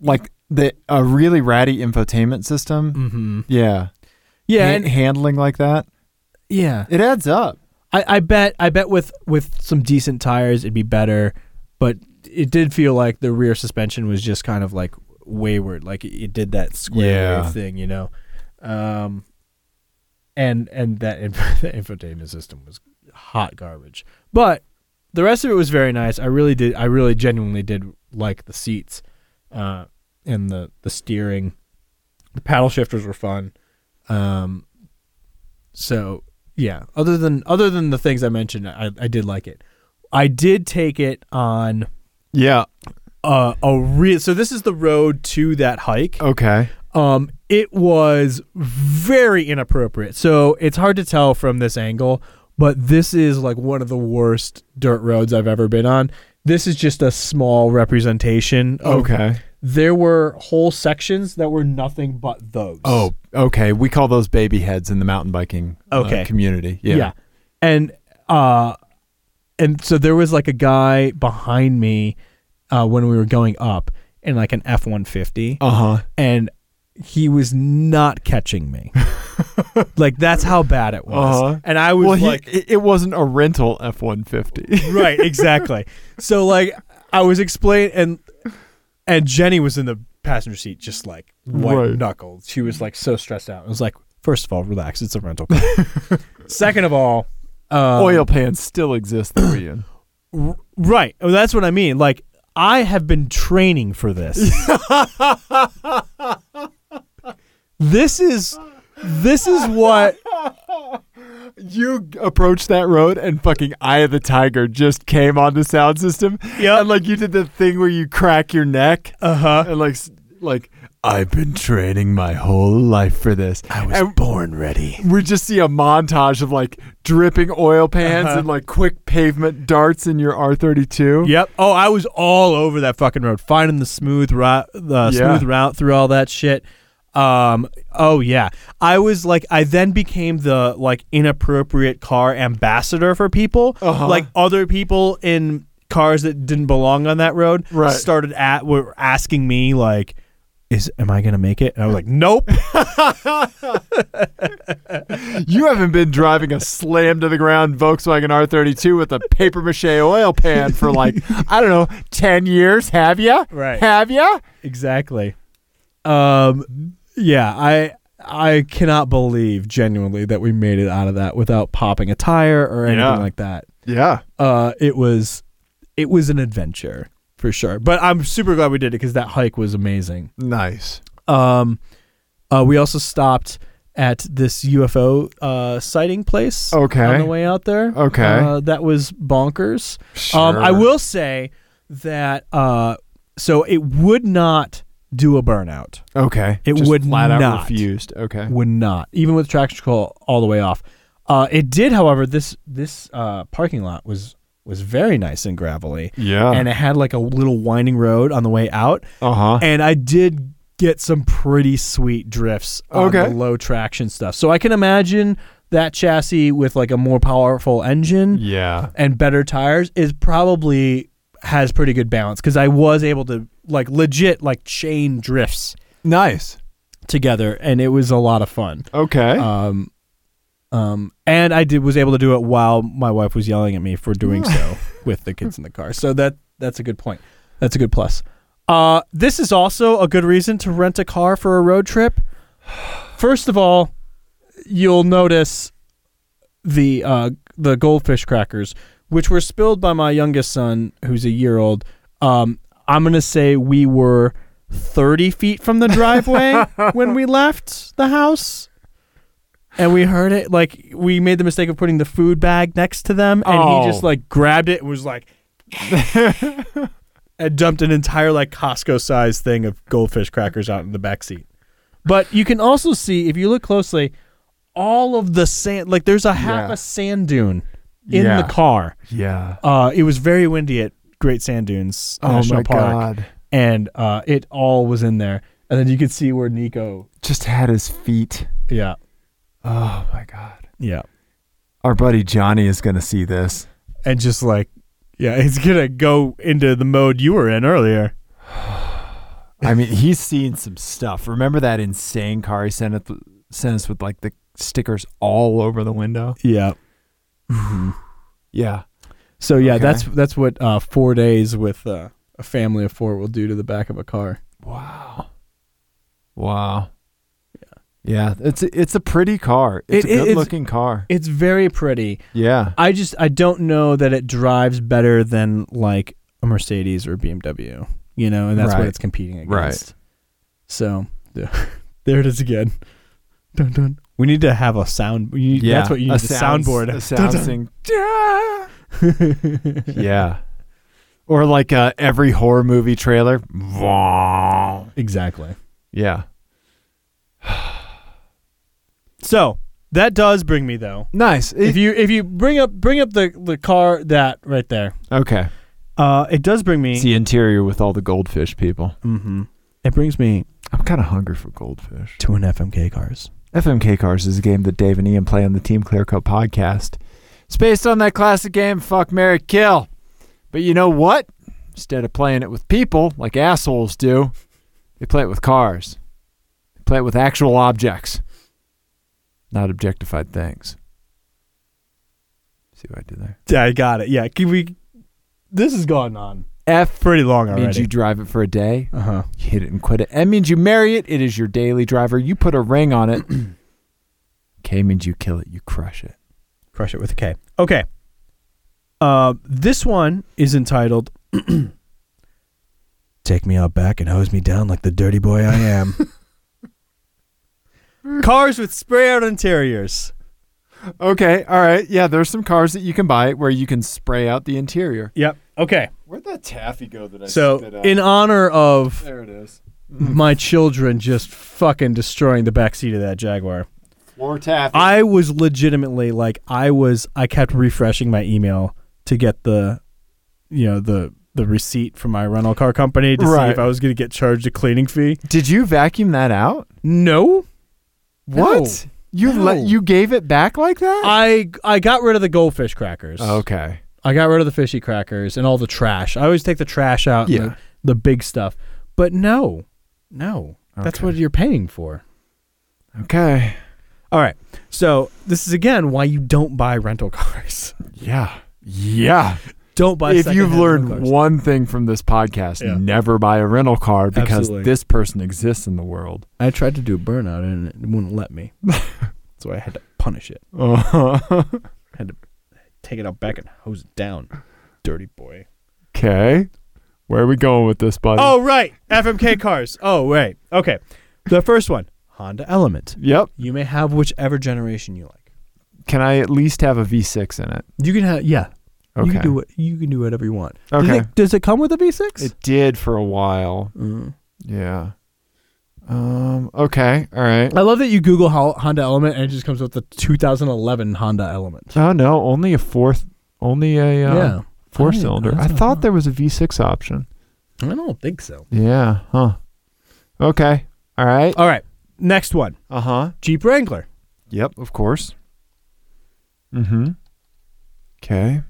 Speaker 2: like the a really ratty infotainment system.
Speaker 3: mm-hmm.
Speaker 2: Yeah.
Speaker 3: yeah,
Speaker 2: Ha-
Speaker 3: and,
Speaker 2: handling like that.
Speaker 3: yeah.
Speaker 2: It adds up.
Speaker 3: I, I bet I bet with with some decent tires it'd be better, but it did feel like the rear suspension was just kind of like wayward, like it, it did that square
Speaker 2: Yeah.
Speaker 3: wave thing, you know. Um, and and that inf- the infotainment system was hot garbage, but the rest of it was very nice. I really did, I really genuinely did like the seats, uh, and the the steering, the paddle shifters were fun. Um, so yeah, other than other than the things I mentioned, I, I did like it. I did take it on
Speaker 2: Yeah.
Speaker 3: uh, a real. So this is the road to that hike.
Speaker 2: Okay.
Speaker 3: Um, it was very inappropriate. So it's hard to tell from this angle, but this is like one of the worst dirt roads I've ever been on. This is just a small representation. Of,
Speaker 2: Okay.
Speaker 3: There were whole sections that were nothing but those.
Speaker 2: Oh, okay. We call those baby heads in the mountain biking uh,
Speaker 3: Okay.
Speaker 2: community. Yeah.
Speaker 3: And uh and so there was like a guy behind me uh when we were going up in like an F150
Speaker 2: Uh huh.
Speaker 3: and he was not catching me. like that's how bad it was.
Speaker 2: Uh-huh.
Speaker 3: And I was
Speaker 2: Well, he,
Speaker 3: like
Speaker 2: it- it wasn't a rental F one fifty.
Speaker 3: right, exactly. so like I was explain and and Jenny was in the passenger seat just like white
Speaker 2: Right.
Speaker 3: knuckled. She was like so stressed out. I was like, first of all, relax, it's a rental car. Second of all, um,
Speaker 2: Oil pans still exist that we in.
Speaker 3: R- right. Oh, that's what I mean. Like I have been training for this. this is this is what
Speaker 2: You approached that road and fucking Eye of the Tiger just came on the sound system.
Speaker 3: Yep.
Speaker 2: And like you did the thing where you crack your neck
Speaker 3: uh-huh.
Speaker 2: and like s- like I've been training my whole life for this. I was
Speaker 6: born ready.
Speaker 2: we just see a montage of like dripping oil pans
Speaker 3: Uh-huh.
Speaker 2: and like quick pavement darts in your R32.
Speaker 3: Yep. Oh, I was all over that fucking road, finding the smooth route, the
Speaker 2: Yeah.
Speaker 3: smooth route through all that shit. Um. Oh yeah. I was like, I then became the like inappropriate car ambassador for people.
Speaker 2: Uh-huh.
Speaker 3: Like other people in cars that didn't belong on that road
Speaker 2: Right.
Speaker 3: started at were asking me like, is am I gonna make it? And I was like, nope.
Speaker 2: You haven't been driving a slam to the ground Volkswagen R32 with a paper mache oil pan for like, I don't know, 10 years, have ya?
Speaker 3: Right.
Speaker 2: Have ya?
Speaker 3: exactly. Um. Yeah. I. I cannot believe genuinely that we made it out of that without popping a tire or anything
Speaker 2: Yeah.
Speaker 3: like that.
Speaker 2: Yeah.
Speaker 3: uh, it was it was an adventure for sure. But I'm super glad we did it because that hike was amazing.
Speaker 2: Nice.
Speaker 3: Um, uh, we also stopped at this UFO uh, sighting place on the
Speaker 2: Okay.
Speaker 3: way out there.
Speaker 2: Okay.
Speaker 3: uh, that was bonkers. Um, I will say that uh, so it would not do a burnout.
Speaker 2: Okay.
Speaker 3: It
Speaker 2: Just
Speaker 3: would
Speaker 2: flat
Speaker 3: not.
Speaker 2: out refused. Okay.
Speaker 3: would not, even with traction control all the way off. Uh, it did, however, this this uh, parking lot was was very nice and gravelly,
Speaker 2: Yeah.
Speaker 3: and it had like a little winding road on the way out.
Speaker 2: uh huh.
Speaker 3: And I did get some pretty sweet drifts on
Speaker 2: Okay.
Speaker 3: the low traction stuff. So I can imagine that chassis with like a more powerful engine
Speaker 2: Yeah.
Speaker 3: and better tires is probably has pretty good balance because I was able to like legit like chain drifts
Speaker 2: Nice.
Speaker 3: together, and it was a lot of fun.
Speaker 2: Okay.
Speaker 3: Um, um, and I did was able to do it while my wife was yelling at me for doing so with the kids in the car. So that that's a good point. That's a good plus. Uh, this is also a good reason to rent a car for a road trip. First of all, you'll notice the uh, the goldfish crackers, which were spilled by my youngest son, who's a year old. Um, I'm gonna say we were 30 feet from the driveway when we left the house and we heard it like we made the mistake of putting the food bag next to them and
Speaker 2: Oh.
Speaker 3: he just like grabbed it and was like and dumped an entire like Costco sized thing of goldfish crackers out in the back seat. But you can also see if you look closely all of the sand like there's a half
Speaker 2: Yeah.
Speaker 3: a sand dune in
Speaker 2: Yeah.
Speaker 3: the car.
Speaker 2: yeah.
Speaker 3: Uh it was very windy at Great Sand Dunes uh,
Speaker 2: Oh
Speaker 3: National Park and uh, it all was in there. And then you could see where Nico.
Speaker 2: Just had his feet.
Speaker 3: Yeah,
Speaker 2: Oh my god.
Speaker 3: yeah,
Speaker 2: Our buddy Johnny is gonna see this.
Speaker 3: and just like, yeah, it's gonna go into the mode you were in earlier.
Speaker 2: I mean, he's seen some stuff. Remember that insane car he sent, it, sent us with like the stickers all over the window?
Speaker 3: Yeah.
Speaker 2: Yeah.
Speaker 3: So yeah,
Speaker 2: Okay.
Speaker 3: that's that's what uh, four days with uh, a family of four will do to the back of a car.
Speaker 2: Wow. Wow. Yeah. Yeah. It's a, it's a pretty car. It's
Speaker 3: It-
Speaker 2: a
Speaker 3: it-
Speaker 2: good
Speaker 3: it's-
Speaker 2: looking car.
Speaker 3: It's very pretty.
Speaker 2: Yeah.
Speaker 3: I just I don't know that it drives better than like a Mercedes or a BMW. You know, and that's
Speaker 2: Right.
Speaker 3: what it's competing against.
Speaker 2: Right.
Speaker 3: So yeah. there it is again. Dun dun. We need to have a sound. You,
Speaker 2: yeah.
Speaker 3: That's what you
Speaker 2: A
Speaker 3: need. A
Speaker 2: sound-
Speaker 3: soundboard.
Speaker 2: A sound thing. yeah. Or like uh, every horror movie trailer. Vroom.
Speaker 6: Exactly.
Speaker 2: Yeah.
Speaker 3: So that does bring me though.
Speaker 2: Nice.
Speaker 6: If you if you bring up bring up the the car that right there.
Speaker 2: okay.
Speaker 3: Uh, it does bring me.
Speaker 2: It's the interior with all the goldfish people.
Speaker 6: Mm-hmm. It brings me
Speaker 2: I'm kind of hungry for goldfish.
Speaker 6: to an FMK cars.
Speaker 2: FMK Cars is a game that Dave and Ian play on the Team Clearcoat podcast. It's based on that classic game, Fuck Mary Kill. But you know what? Instead of playing it with people like assholes do, they play it with cars. They play it with actual objects, not objectified things. See what I did there?
Speaker 3: Yeah, I got it. Yeah, can we? This has gone on
Speaker 2: F
Speaker 3: pretty long
Speaker 2: means
Speaker 3: already.
Speaker 2: you drive it for a day,
Speaker 6: Uh huh.
Speaker 2: you hit it and quit it. M means you marry it, it is your daily driver. You put a ring on it. K means you kill it, you crush it.
Speaker 6: Crush it with a K.
Speaker 3: okay. Uh, this one is entitled
Speaker 6: Take me out back and hose me down like the dirty boy I am.
Speaker 3: "Cars with Spray-Out Interiors."
Speaker 2: Okay, all right. Yeah, there's some cars that you can buy where you can spray out the interior.
Speaker 3: Yep. Okay.
Speaker 2: Where'd that taffy go that I
Speaker 3: So, in honor of
Speaker 2: there it is.
Speaker 3: my children just fucking destroying the backseat of that Jaguar,
Speaker 2: Floor taffy.
Speaker 3: I was legitimately like, I was, I kept refreshing my email to get the, you know, the the receipt from my rental car company to see
Speaker 2: Right.
Speaker 3: if I was going to get charged a cleaning fee.
Speaker 2: Did you vacuum that out?
Speaker 3: No,
Speaker 2: What? You
Speaker 3: No.
Speaker 2: let you gave it back like that?
Speaker 3: I I got rid of the goldfish crackers.
Speaker 2: Oh, okay.
Speaker 3: I got rid of the fishy crackers and all the trash. I always take the trash out, and
Speaker 2: Yeah.
Speaker 3: the, the big stuff. But no, no, that's
Speaker 2: Okay.
Speaker 3: what you're paying for.
Speaker 2: Okay.
Speaker 3: All right. So this is again why you don't buy rental cars.
Speaker 2: Yeah. Yeah.
Speaker 3: Don't buy.
Speaker 2: if you've
Speaker 3: secondhand
Speaker 2: learned
Speaker 3: rental cars.
Speaker 2: one thing from this podcast,
Speaker 3: Yeah.
Speaker 2: never buy a rental car because
Speaker 3: Absolutely.
Speaker 2: this person exists in the world.
Speaker 3: I tried to do a burnout and it wouldn't let me, so I had to punish it. Take it out back and hose it down, dirty boy.
Speaker 2: okay. Where are we going with this, buddy?
Speaker 3: Oh right, FMK cars. Oh right, okay. The first one, Honda Element.
Speaker 2: Yep.
Speaker 3: You may have whichever generation you like.
Speaker 2: Can I at least have a V6 in it?
Speaker 3: You can have yeah.
Speaker 2: Okay.
Speaker 3: You can do what you can do whatever you want. Does
Speaker 2: Okay.
Speaker 3: it, does it come with a V6?
Speaker 2: It did for a while.
Speaker 3: Mm.
Speaker 2: Yeah. Um. Okay. All right.
Speaker 3: I love that you Google Hol- Honda Element and it just comes with the 2011 Honda Element.
Speaker 2: Oh no! Only a fourth. Only a uh, four
Speaker 3: I-
Speaker 2: cylinder.
Speaker 3: that's
Speaker 2: I
Speaker 3: what I
Speaker 2: thought
Speaker 3: thought.
Speaker 2: there was a V6 option.
Speaker 3: I don't think so.
Speaker 2: Yeah. Huh. Okay. All right.
Speaker 3: All right, next one,
Speaker 2: Uh huh.
Speaker 3: Jeep Wrangler.
Speaker 2: Yep. Of course. Mm-hmm. Okay.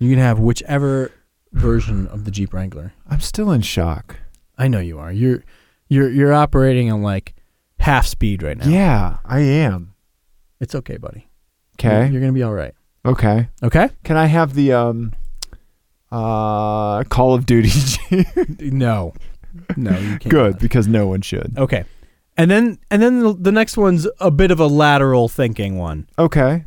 Speaker 3: You can have whichever version of the Jeep Wrangler.
Speaker 2: I'm still in shock.
Speaker 3: I know you are. You're you're you're operating on like half speed right now.
Speaker 2: Yeah, I am.
Speaker 3: It's okay, buddy. You're,
Speaker 2: Okay.
Speaker 3: you're gonna be all right.
Speaker 2: Okay.
Speaker 3: Okay?
Speaker 2: Can I have the um uh Call of Duty? Jeep?
Speaker 3: No. No, you can't.
Speaker 2: Good, because no one should.
Speaker 3: Okay. And then and then the, the next one's a bit of a lateral thinking one.
Speaker 2: Okay.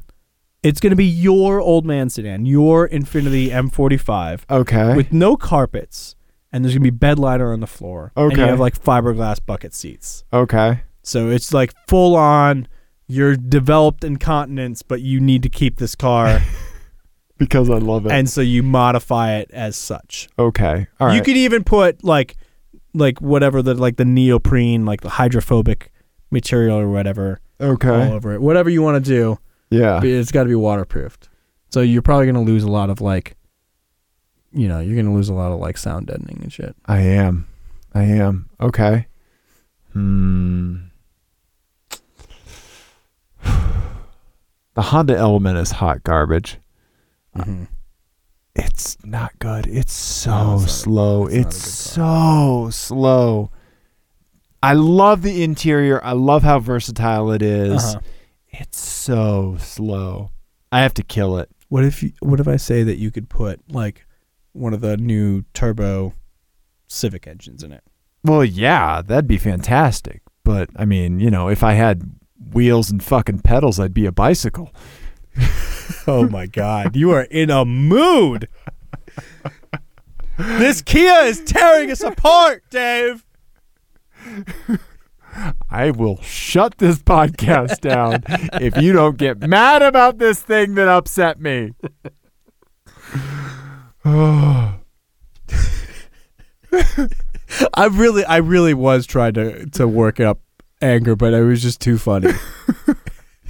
Speaker 3: It's going to be your old man sedan, your Infinity M45
Speaker 2: Okay.
Speaker 3: with no carpets and there's going to be bed liner on the floor. And you
Speaker 2: Okay.
Speaker 3: have like fiberglass bucket seats.
Speaker 2: okay.
Speaker 3: So it's like full on you're developed incontinence but you need to keep this car
Speaker 2: Because I love it.
Speaker 3: and so you modify it as such.
Speaker 2: okay. All right.
Speaker 3: You could even put like like whatever the like the neoprene like the hydrophobic material or whatever
Speaker 2: okay. Ah.
Speaker 3: all over it. Whatever you want to do,
Speaker 2: Yeah.
Speaker 3: but it's got to be waterproofed. So you're probably going to lose a lot of like, you know, you're going to lose a lot of like sound deadening and shit.
Speaker 2: I am. I am. Okay. Hmm. The Honda Element is hot garbage. Mm-hmm. It's not good. It's so
Speaker 3: No, it's not a- it's
Speaker 2: slow.
Speaker 3: not a
Speaker 2: It's,
Speaker 3: good
Speaker 2: so slow. I love the interior. I love how versatile it is.
Speaker 3: Uh-huh.
Speaker 2: It's so slow. I have to kill it.
Speaker 3: What if you, what if I say that you could put like one of the new turbo Civic engines in it?
Speaker 2: Well, yeah, that'd be fantastic. But I mean, you know, if I had wheels and fucking pedals, I'd be a bicycle.
Speaker 3: Oh my god, you are in a mood. This Kia is tearing us apart, Dave.
Speaker 2: I will shut this podcast down if you don't get mad about this thing that upset me.
Speaker 3: I really, I really was trying to to work up anger, but it was just too funny.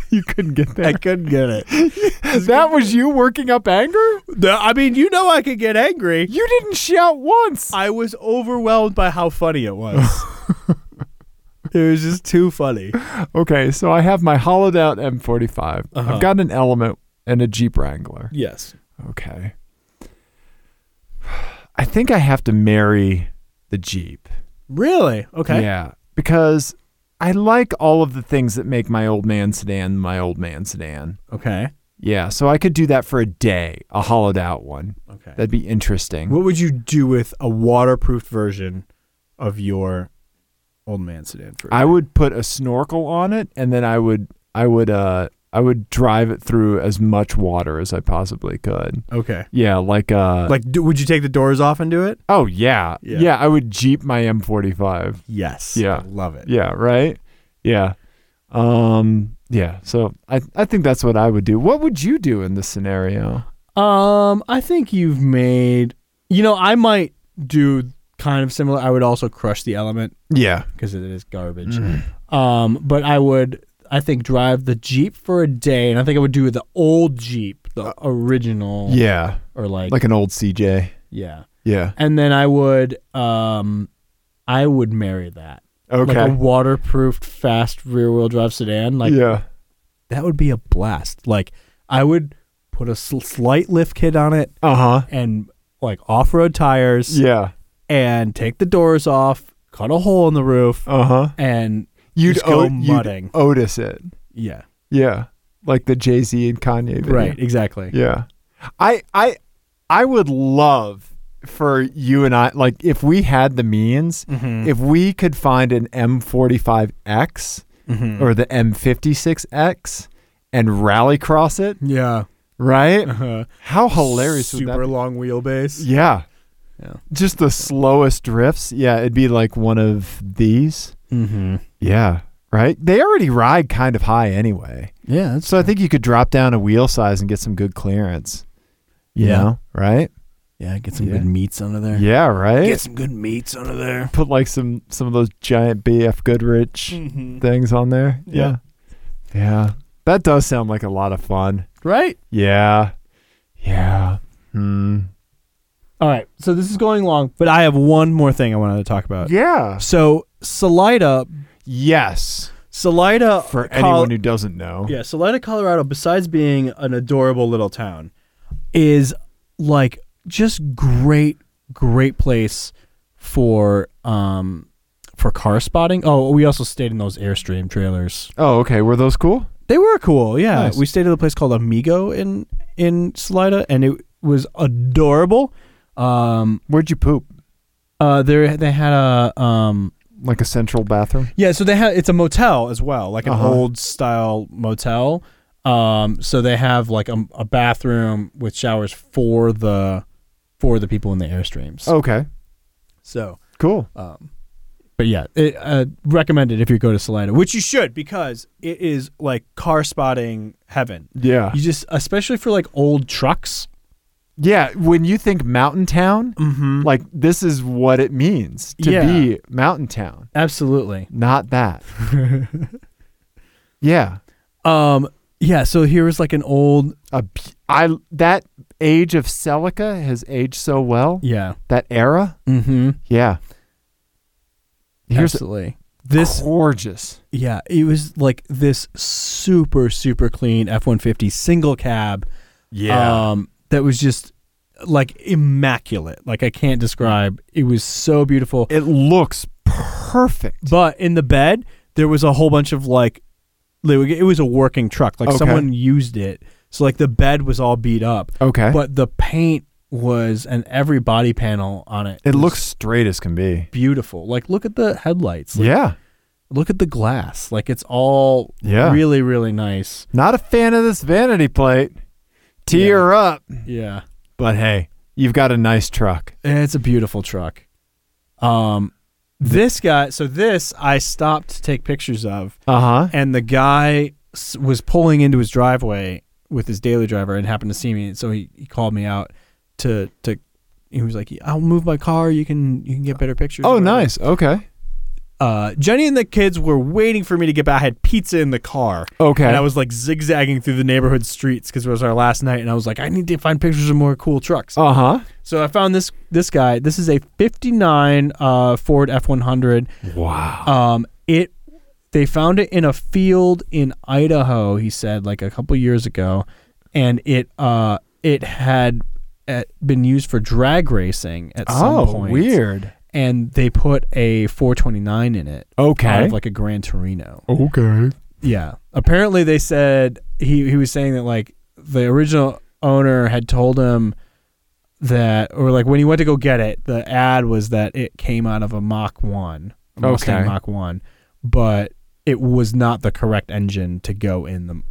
Speaker 2: you couldn't get
Speaker 3: I couldn't get it.
Speaker 2: that was you working up anger?
Speaker 3: No, I mean, you know, I could get angry.
Speaker 2: You didn't shout once.
Speaker 3: I was overwhelmed by how funny it was. it was just too funny.
Speaker 2: Okay, so I have my hollowed out M45.
Speaker 3: Uh-huh.
Speaker 2: I've got an Element and a Jeep Wrangler.
Speaker 3: Yes.
Speaker 2: Okay. I think I have to marry the Jeep.
Speaker 3: Really? Okay.
Speaker 2: Yeah, because I like all of the things that make my old man sedan my old man sedan.
Speaker 3: Okay.
Speaker 2: Yeah, so I could do that for a day, a hollowed out one.
Speaker 3: Okay.
Speaker 2: That'd be interesting.
Speaker 3: What would you do with a waterproof version of your old man sedan? For
Speaker 2: I would put a snorkel on it, and then I would, I would, uh, I would drive it through as much water as I possibly could.
Speaker 3: okay.
Speaker 2: Yeah, like, uh,
Speaker 3: Like, do, would you take the doors off and do it?
Speaker 2: oh yeah,
Speaker 3: Yeah.
Speaker 2: yeah, I would Jeep my M45.
Speaker 3: Yes.
Speaker 2: Yeah.
Speaker 3: I love it.
Speaker 2: Yeah, right. Yeah, um, yeah. So I, I think that's what I would do. What would you do in this scenario?
Speaker 3: Um, I think you've made. You know, I might do kind of similar. I would also crush the element
Speaker 2: Yeah.
Speaker 3: because it is garbage. Um, but I would, I think, drive the Jeep for a day, and I think I would do the old Jeep, the original,
Speaker 2: Yeah,
Speaker 3: or like,
Speaker 2: like an old CJ.
Speaker 3: yeah.
Speaker 2: Yeah.
Speaker 3: And then I would, um, I would marry that,
Speaker 2: Okay.
Speaker 3: like a waterproofed, fast rear-wheel drive sedan. Like
Speaker 2: yeah.
Speaker 3: that would be a blast. Like I would put a sl- slight lift kit on it
Speaker 2: Uh huh.
Speaker 3: and like off-road tires,
Speaker 2: Yeah.
Speaker 3: and take the doors off, cut a hole in the roof,
Speaker 2: Uh huh.
Speaker 3: and
Speaker 2: You'd,
Speaker 3: Just go
Speaker 2: o- you'd
Speaker 3: mudding.
Speaker 2: Otis it.
Speaker 3: yeah,
Speaker 2: Yeah. Like the Jay Z and Kanye video.
Speaker 3: right, exactly.
Speaker 2: Yeah. I I I would love for you and I like if we had the means,
Speaker 3: Mhm.
Speaker 2: if we could find an M45X
Speaker 3: Mhm.
Speaker 2: or the M56X and rallycross it,
Speaker 3: Yeah.
Speaker 2: right?
Speaker 3: Uh-huh.
Speaker 2: How hilarious would
Speaker 3: Super
Speaker 2: that
Speaker 3: long
Speaker 2: be?
Speaker 3: wheelbase.
Speaker 2: Yeah.
Speaker 3: Yeah.
Speaker 2: Just the slowest drifts. Yeah, it'd be like one of these.
Speaker 3: Mm-hmm.
Speaker 2: Yeah. Right? They already ride kind of high anyway.
Speaker 3: Yeah. That's,
Speaker 2: So I think you could drop down a wheel size and get some good clearance. You
Speaker 3: Yeah.
Speaker 2: know, right?
Speaker 3: yeah. Get
Speaker 2: some good
Speaker 3: meats under there.
Speaker 2: Yeah, right.
Speaker 3: some good meats under there.
Speaker 2: Put like some some of those giant BF Goodrich
Speaker 3: Mm-hmm.
Speaker 2: things on there.
Speaker 3: Hmm. Yeah.
Speaker 2: yeah. Yeah. That does sound like a lot of fun.
Speaker 3: Right.
Speaker 2: Yeah. Yeah. Hmm.
Speaker 3: All right. So this is going long, but I have one more thing I wanted to talk about.
Speaker 2: Yeah.
Speaker 3: So Salida,
Speaker 2: Yes.
Speaker 3: Salida
Speaker 2: For
Speaker 3: Col-
Speaker 2: anyone who doesn't know.
Speaker 3: Yeah, Salida, Colorado, besides being an adorable little town, is like just great, great place for um for car spotting. Oh, we also stayed in those airstream trailers.
Speaker 2: Oh, okay. Were those cool?
Speaker 3: They were cool, yeah.
Speaker 2: Nice.
Speaker 3: We stayed at a place called Amigo in in Salida and it was adorable. Um
Speaker 2: Where'd you poop?
Speaker 3: uh there they had a um
Speaker 2: Like a central bathroom?
Speaker 3: yeah, so they have it's a motel as well, like an
Speaker 2: Uh-huh.
Speaker 3: old style motel. Um, so they have like a, a bathroom with showers for the for the people in the airstreams.
Speaker 2: Okay.
Speaker 3: so
Speaker 2: Cool.
Speaker 3: um, but yeah, it, uh, recommended if you go to Salina, which you should because it is like car spotting heaven.
Speaker 2: Yeah.
Speaker 3: You just especially for like old trucks.
Speaker 2: Yeah. When you think mountain town,
Speaker 3: Mm-hmm.
Speaker 2: like this is what it means to
Speaker 3: Yeah.
Speaker 2: be mountain town
Speaker 3: Absolutely.
Speaker 2: not that yeah
Speaker 3: Um, yeah. So here was like an old
Speaker 2: a, b- I, that age of celica has aged so well
Speaker 3: yeah.
Speaker 2: that era
Speaker 3: Mm-hmm.
Speaker 2: yeah here's
Speaker 3: Absolutely. This
Speaker 2: gorgeous
Speaker 3: Yeah, it was like this super super clean F one fifty single cab. um, that was just like immaculate. Like I can't describe. It was so beautiful.
Speaker 2: it looks perfect
Speaker 3: But in the bed, there was a whole bunch of like, they were- it was a working truck. Like
Speaker 2: Okay.
Speaker 3: someone used it, so like the bed was all beat up,
Speaker 2: okay
Speaker 3: but the paint was and every body panel on it.
Speaker 2: it
Speaker 3: was
Speaker 2: looks straight as can be
Speaker 3: beautiful. Like look at the headlights. Like,
Speaker 2: yeah
Speaker 3: Look at the glass. Like it's all
Speaker 2: Yeah.
Speaker 3: really really nice.
Speaker 2: not a fan of this vanity plate tear up
Speaker 3: Yeah.
Speaker 2: but hey you've got a nice truck
Speaker 3: It's a beautiful truck. Um, this guy, so this I stopped to take pictures of,
Speaker 2: uh-huh
Speaker 3: and the guy s- was pulling into his driveway with his daily driver and happened to see me, so he, he called me out
Speaker 6: to to he was like, I'll move my car. You can you can get better pictures. or
Speaker 2: Oh,
Speaker 6: whatever."
Speaker 2: nice. Okay.
Speaker 3: Uh, Jenny and the kids were waiting for me to get back. I had pizza in the car.
Speaker 2: Okay.
Speaker 3: And I was like zigzagging through the neighborhood streets because it was our last night, and I was like, I need to find pictures of more cool trucks.
Speaker 2: uh huh.
Speaker 3: So I found this this guy. This is a '59 uh, Ford F100.
Speaker 2: Wow.
Speaker 3: Um, it they found it in a field in Idaho. He said like a couple years ago, and it uh it had uh, been used for drag racing at some
Speaker 2: oh,
Speaker 3: point.
Speaker 2: weird.
Speaker 3: And they put a 429 in it, out
Speaker 2: Okay.
Speaker 3: of like a Gran Torino.
Speaker 2: okay.
Speaker 3: Yeah. Apparently, they said he he was saying that like the original owner had told him that, or like when he went to go get it, the ad was that it came out of a Mach One, a Mustang
Speaker 2: Okay.
Speaker 3: Mach One, but it was not the correct engine to go in the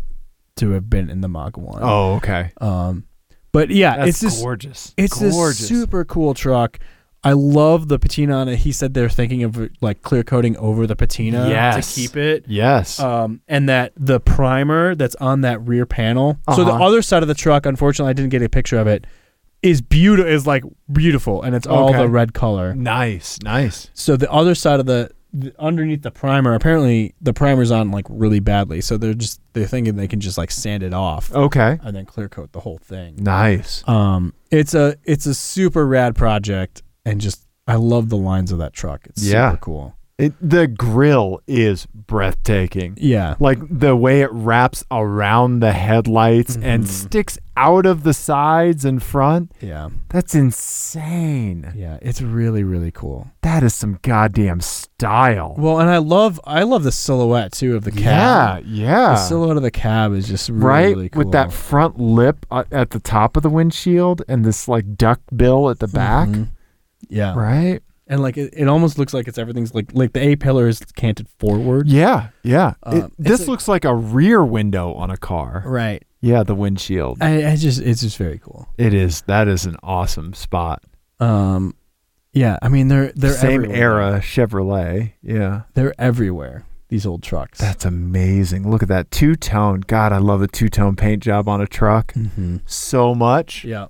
Speaker 3: to have been in the Mach One.
Speaker 2: Oh, okay.
Speaker 3: Um, but yeah, it's just
Speaker 2: gorgeous.
Speaker 3: it's this super cool truck. I love the patina on it. He said they're thinking of like clear coating over the patina
Speaker 2: Yes.
Speaker 3: to keep it
Speaker 2: Yes.
Speaker 3: um, and that the primer that's on that rear panel. So the
Speaker 2: Uh-huh.
Speaker 3: other side of the truck, unfortunately, I didn't get a picture of it. Is beautiful is like beautiful, and it's all
Speaker 2: Okay.
Speaker 3: the red color.
Speaker 2: nice. Nice.
Speaker 3: So the other side of the, the underneath the primer, apparently the primer's on like really badly. So they're just they're thinking they can just like sand it off
Speaker 2: Okay.
Speaker 3: and then clear coat the whole thing.
Speaker 2: Nice.
Speaker 3: Um, it's a it's a super rad project, and just I love the lines of that truck. It's
Speaker 2: Yeah.
Speaker 3: super cool.
Speaker 2: It, the grill is breathtaking.
Speaker 3: Yeah,
Speaker 2: Like the way it wraps around the headlights
Speaker 3: Mhm.
Speaker 2: and sticks out of the sides and front.
Speaker 3: yeah,
Speaker 2: That's insane.
Speaker 3: yeah. It's really really cool.
Speaker 2: That is some goddamn style.
Speaker 3: Well, and I love I love the silhouette too of the
Speaker 2: Yeah,
Speaker 3: cab.
Speaker 2: yeah.
Speaker 3: The silhouette of the cab is just really,
Speaker 2: right
Speaker 3: really cool.
Speaker 2: with that front lip uh, at the top of the windshield and this like duck bill at the back.
Speaker 3: Mhm. Yeah.
Speaker 2: Right?
Speaker 3: And like it, it almost looks like it's everything's like like the A pillar is canted forward.
Speaker 2: Yeah, yeah.
Speaker 3: Um,
Speaker 2: It-
Speaker 3: it's a-
Speaker 2: this looks like a rear window on a car.
Speaker 3: Right.
Speaker 2: Yeah, the windshield.
Speaker 3: I, I just it's just very cool.
Speaker 2: It is. That is an awesome spot.
Speaker 3: Um yeah, I mean they're they're
Speaker 2: Same
Speaker 3: everywhere.
Speaker 2: era Chevrolet. Yeah.
Speaker 3: They're everywhere, these old trucks.
Speaker 2: That's amazing. Look at that two tone. God, I love a two tone paint job on a truck
Speaker 3: mm-hmm.
Speaker 2: so much.
Speaker 3: Yeah.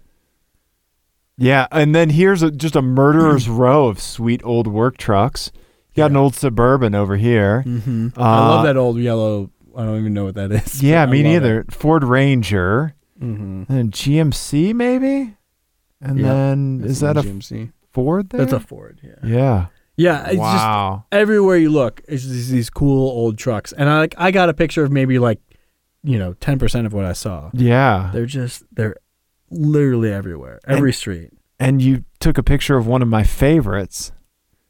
Speaker 2: Yeah, and then here's a, just a murderer's row of sweet old work trucks. You got an
Speaker 3: Yeah.
Speaker 2: old suburban over here.
Speaker 3: Mm-hmm. I
Speaker 2: Uh,
Speaker 3: love that old yellow I don't even know what that is.
Speaker 2: Yeah,
Speaker 3: but I
Speaker 2: me
Speaker 3: love
Speaker 2: neither.
Speaker 3: it.
Speaker 2: Ford Ranger
Speaker 3: Mhm.
Speaker 2: and GMC maybe, and
Speaker 3: Yep.
Speaker 2: then
Speaker 3: That's
Speaker 2: is that
Speaker 3: a
Speaker 2: a
Speaker 3: GMC?
Speaker 2: Ford? There?
Speaker 3: That's a Ford, yeah.
Speaker 2: yeah.
Speaker 3: Yeah, it's just
Speaker 2: wow.
Speaker 3: everywhere you look it's just these cool old trucks and i like i got a picture of maybe like you know 10% of what i saw
Speaker 2: yeah,
Speaker 3: they're just they're literally everywhere every street
Speaker 2: and you took a picture of one of my favorites.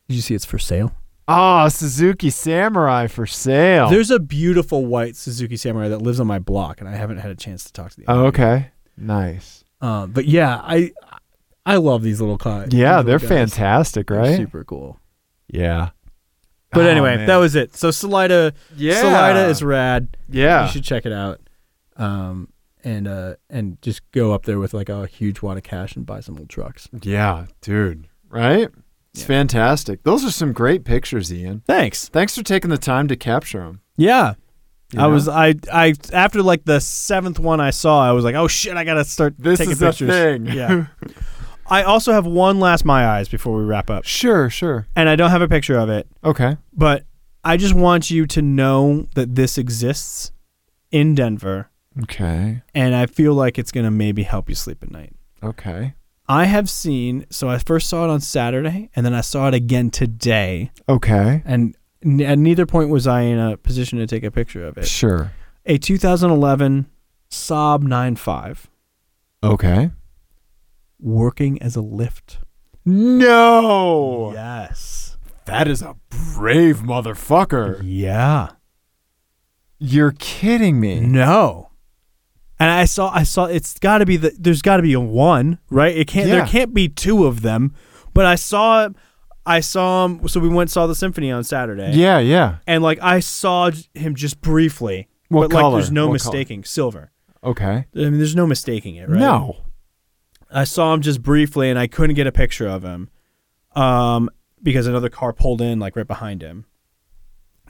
Speaker 3: did you see it's for sale
Speaker 2: Oh, Suzuki Samurai for sale.
Speaker 3: there's a beautiful white suzuki samurai that lives on my block and i haven't had a chance to talk to the
Speaker 2: Oh, okay, nice.
Speaker 3: uh, but yeah i i love these little cars
Speaker 2: Yeah,
Speaker 3: These
Speaker 2: they're
Speaker 3: little guys.
Speaker 2: fantastic,
Speaker 3: They're
Speaker 2: right?
Speaker 3: super cool
Speaker 2: Yeah.
Speaker 3: but
Speaker 2: Oh,
Speaker 3: anyway
Speaker 2: man.
Speaker 3: that was it so salida
Speaker 2: yeah.
Speaker 3: salida is rad
Speaker 2: yeah.
Speaker 3: you should check it out. Um, and uh, and just go up there with like a huge wad of cash and buy some old trucks.
Speaker 2: Yeah, dude. Right? It's
Speaker 3: Yeah.
Speaker 2: fantastic. Those are some great pictures, Ian.
Speaker 3: Thanks.
Speaker 2: Thanks for taking the time to capture them.
Speaker 3: Yeah. I was I I after like the seventh one I saw I was like oh shit I gotta start
Speaker 2: This
Speaker 3: taking
Speaker 2: is a
Speaker 3: pictures.
Speaker 2: thing.
Speaker 3: Yeah. I also have one last my eyes before we wrap up,
Speaker 2: Sure, sure.
Speaker 3: and I don't have a picture of it,
Speaker 2: Okay.
Speaker 3: but I just want you to know that this exists in Denver,
Speaker 2: Okay.
Speaker 3: and I feel like it's gonna maybe help you sleep at night.
Speaker 2: Okay.
Speaker 3: I have seen, so I first saw it on Saturday and then I saw it again today.
Speaker 2: Okay.
Speaker 3: And n- at neither point was I in a position to take a picture of it.
Speaker 2: Sure.
Speaker 3: A 2011 Saab 95
Speaker 2: Okay.
Speaker 3: working as a lift.
Speaker 2: No.
Speaker 3: Yes.
Speaker 2: That is a brave motherfucker.
Speaker 3: Yeah.
Speaker 2: You're kidding me.
Speaker 3: No. And I saw, I saw, it's got to be the, there's got to be a one, right? It can't, there
Speaker 2: Yeah.
Speaker 3: can't be two of them. But I saw, I saw him, so we went and saw the symphony on Saturday.
Speaker 2: Yeah, yeah.
Speaker 3: and like I saw j- him just briefly,
Speaker 2: What
Speaker 3: but like
Speaker 2: color?
Speaker 3: there's no
Speaker 2: What color?
Speaker 3: mistaking silver. I
Speaker 2: Okay.
Speaker 3: mean, there's no mistaking it, right?
Speaker 2: No.
Speaker 3: I saw him just briefly, and I couldn't get a picture of him, um, because another car pulled in like right behind him,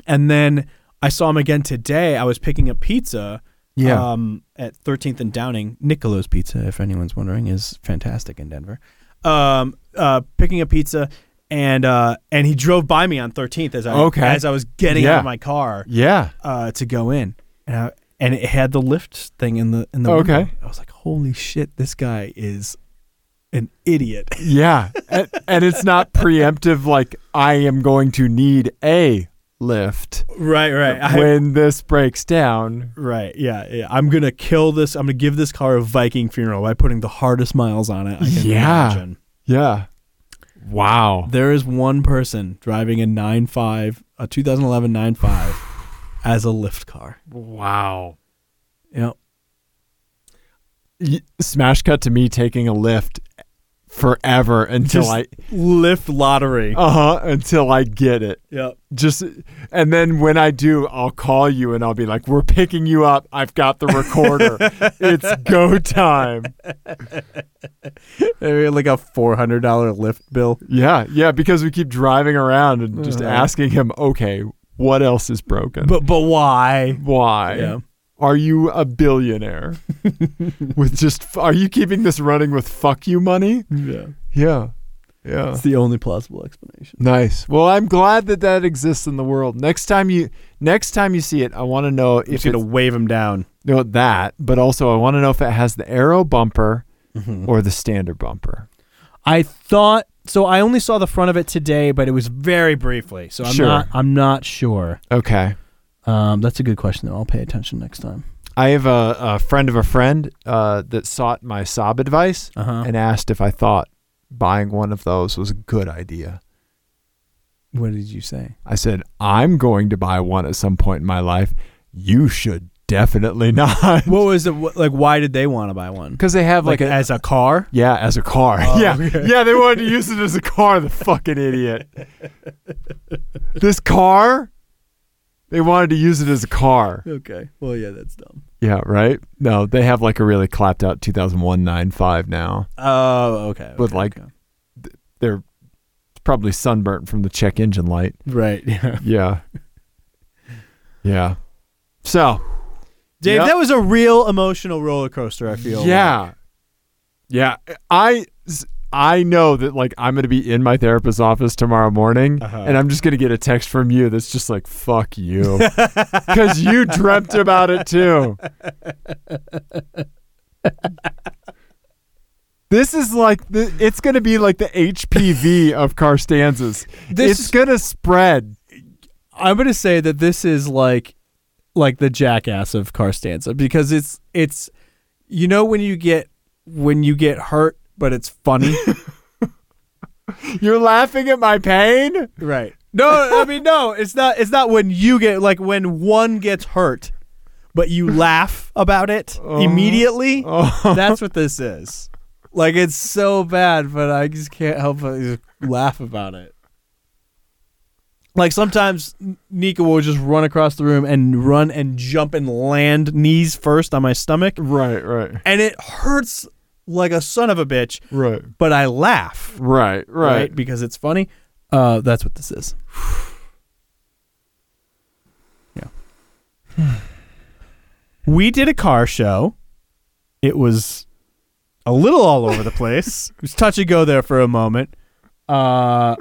Speaker 3: and then I saw him again today. I was picking up pizza,
Speaker 2: Yeah.
Speaker 3: um, at 13th and Downing. Niccolo's Pizza, if anyone's wondering, is fantastic in Denver. Um, uh, picking a pizza, and uh, and he drove by me on 13th as I
Speaker 2: Okay.
Speaker 3: as I was getting out
Speaker 2: Yeah.
Speaker 3: of my car
Speaker 2: yeah.
Speaker 3: uh, to go in, and I, and it had the lift thing in the in the
Speaker 2: Okay.
Speaker 3: window. I was like, holy shit, this guy is an idiot.
Speaker 2: Yeah. and, and it's not preemptive like I am going to need a lift
Speaker 3: right, right.
Speaker 2: when this breaks down.
Speaker 3: Right. Yeah, yeah. I'm gonna kill this. I'm gonna give this car a Viking funeral by putting the hardest miles on it. I can
Speaker 2: Yeah.
Speaker 3: Imagine.
Speaker 2: Yeah. Wow.
Speaker 3: There is one person driving a 9.5, a 2011 9.5 as a lift car.
Speaker 2: Wow.
Speaker 3: Yep.
Speaker 2: Y- Smash cut to me taking a lift forever until
Speaker 3: Just- Oh.
Speaker 2: I
Speaker 3: Lift lottery.
Speaker 2: uh-huh until I get it.
Speaker 3: Yep.
Speaker 2: Just and then when I do, I'll call you and I'll be like, "We're picking you up. I've got the recorder. it's go time."
Speaker 3: Like a $400 lift bill.
Speaker 2: Yeah, yeah, because we keep driving around and just
Speaker 3: Uh-huh.
Speaker 2: asking him, "Okay, what else is broken?
Speaker 3: But but why?
Speaker 2: Why
Speaker 3: Yeah.
Speaker 2: are you a billionaire with just? Are you keeping this running with fuck you money?"
Speaker 3: Yeah.
Speaker 2: Yeah, yeah.
Speaker 3: It's the only plausible explanation.
Speaker 2: Nice. Well, I'm glad that that exists in the world. Next time you next time you see it, I want to know
Speaker 3: You're
Speaker 2: if
Speaker 3: gonna
Speaker 2: it's
Speaker 3: wave him down.
Speaker 2: no, that, but also I want to know if it has the arrow bumper or the standard bumper.
Speaker 3: I thought so. I only saw the front of it today, but it was very briefly. So I'm
Speaker 2: Sure.
Speaker 3: not. I'm not sure.
Speaker 2: Okay.
Speaker 3: Um, that's a good question. Though I'll pay attention next time.
Speaker 2: I have a, a friend of a friend uh, that sought my sob advice
Speaker 3: Uh huh.
Speaker 2: and asked if I thought buying one of those was a good idea.
Speaker 3: What did you say?
Speaker 2: I said, I'm going to buy one at some point in my life. You should definitely not.
Speaker 3: What was the what, like? Why did they want to buy one?
Speaker 2: Because they have like, a,
Speaker 3: as a car?
Speaker 2: Yeah, as a car.
Speaker 3: Oh,
Speaker 2: yeah.
Speaker 3: okay.
Speaker 2: Yeah, they wanted to use it as a car, the fucking idiot. this car? They wanted to use it as a car.
Speaker 3: Okay. Well, yeah, that's dumb.
Speaker 2: Yeah, right? No, they have like a really clapped out 2001 95 now.
Speaker 3: Oh, okay.
Speaker 2: With
Speaker 3: okay,
Speaker 2: like-
Speaker 3: okay.
Speaker 2: They're probably sunburnt from the check engine light.
Speaker 3: right. Yeah.
Speaker 2: Yeah. Yeah. So,
Speaker 3: Dave,
Speaker 2: Yep.
Speaker 3: that was a real emotional roller coaster. I feel.
Speaker 2: yeah. Yeah, I I know that like I'm going to be in my therapist's office tomorrow morning
Speaker 3: Uh-huh.
Speaker 2: and I'm just going to get a text from you that's just like fuck you. Cuz you dreamt about it too. This is like the, it's going to be like the HPV of Carstanzas.
Speaker 3: This
Speaker 2: it's going to spread.
Speaker 3: I'm gonna say that this is like, like the jackass of Carstanza because it's it's, you know, when you get when you get hurt, but it's funny.
Speaker 2: You're laughing at my pain?
Speaker 3: Right. No, I mean no, it's not it's not when you get like when one gets hurt but you laugh about it immediately.
Speaker 2: Oh.
Speaker 3: That's what this is. Like it's so bad, but I just can't help but just laugh about it. Like sometimes N- Nika will just run across the room and run and jump and land knees first on my stomach
Speaker 2: Right, right.
Speaker 3: and it hurts like a son of a bitch,
Speaker 2: Right.
Speaker 3: but I laugh
Speaker 2: Right, right.
Speaker 3: because it's funny. Uh, that's what this is. yeah. we did a car show. It was a little all over the place. it was touch and go there for a moment. Uh,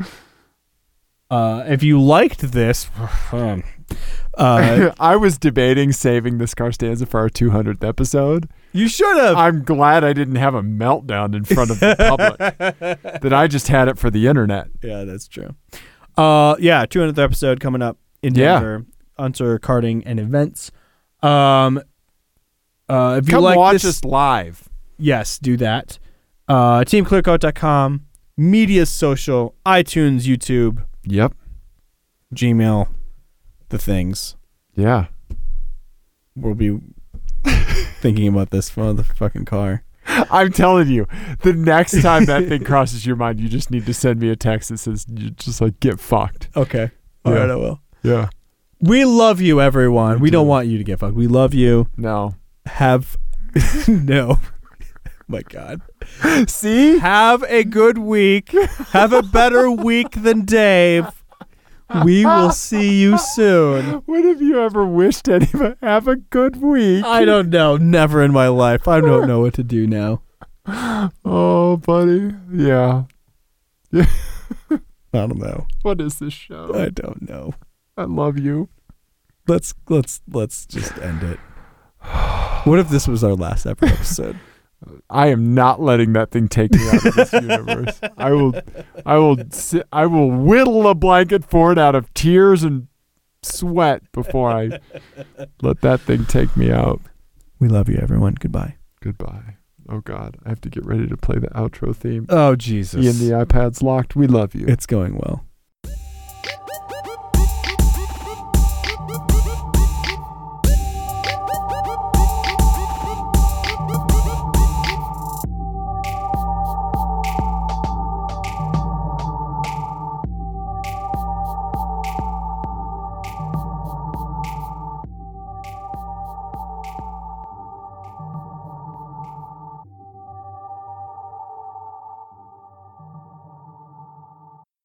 Speaker 3: uh, if you liked this, um, uh,
Speaker 2: I was debating saving this Carstanza for our 200th episode.
Speaker 3: you should have.
Speaker 2: I'm glad I didn't have a meltdown in front of the public. that I just had it for the internet.
Speaker 3: Yeah, that's true. Uh, yeah, 200th episode coming up in
Speaker 2: Yeah.
Speaker 3: Denver under karting and events. Um, uh, if you
Speaker 2: Come
Speaker 3: like
Speaker 2: watch
Speaker 3: this,
Speaker 2: us live.
Speaker 3: yes, do that. Uh, teamclearcoat.com, media social, iTunes, YouTube,
Speaker 2: Yep.
Speaker 3: Gmail, the things.
Speaker 2: Yeah.
Speaker 3: We'll be thinking about this for the fucking car.
Speaker 2: I'm telling you, the next time that thing crosses your mind, you just need to send me a text that says, you just like, get fucked.
Speaker 3: Okay.
Speaker 2: Yeah.
Speaker 3: all right, I will.
Speaker 2: Yeah.
Speaker 3: We love you, everyone. We
Speaker 2: do.
Speaker 3: don't want you to get fucked. We love you.
Speaker 2: No.
Speaker 3: Have no. My God.
Speaker 2: See?
Speaker 3: Have a good week. Have a better week than Dave. we will see you soon.
Speaker 2: What have you ever wished anybody? Have a good week.
Speaker 3: I don't know. Never in my life. I don't know what to do now.
Speaker 2: Oh, buddy. Yeah.
Speaker 3: I don't know.
Speaker 2: What is this show?
Speaker 3: I don't know.
Speaker 2: I love you.
Speaker 3: Let's let's let's just end it. What if this was our last ever episode?
Speaker 2: I am not letting that thing take me out of this universe. I will, I will, si- I will whittle a blanket for it out of tears and sweat before I let that thing take me out.
Speaker 3: We love you, everyone. Goodbye.
Speaker 2: Goodbye. Oh God, I have to get ready to play the outro theme.
Speaker 3: Oh Jesus!
Speaker 2: Ian, the iPad's locked. We love you.
Speaker 3: it's going well.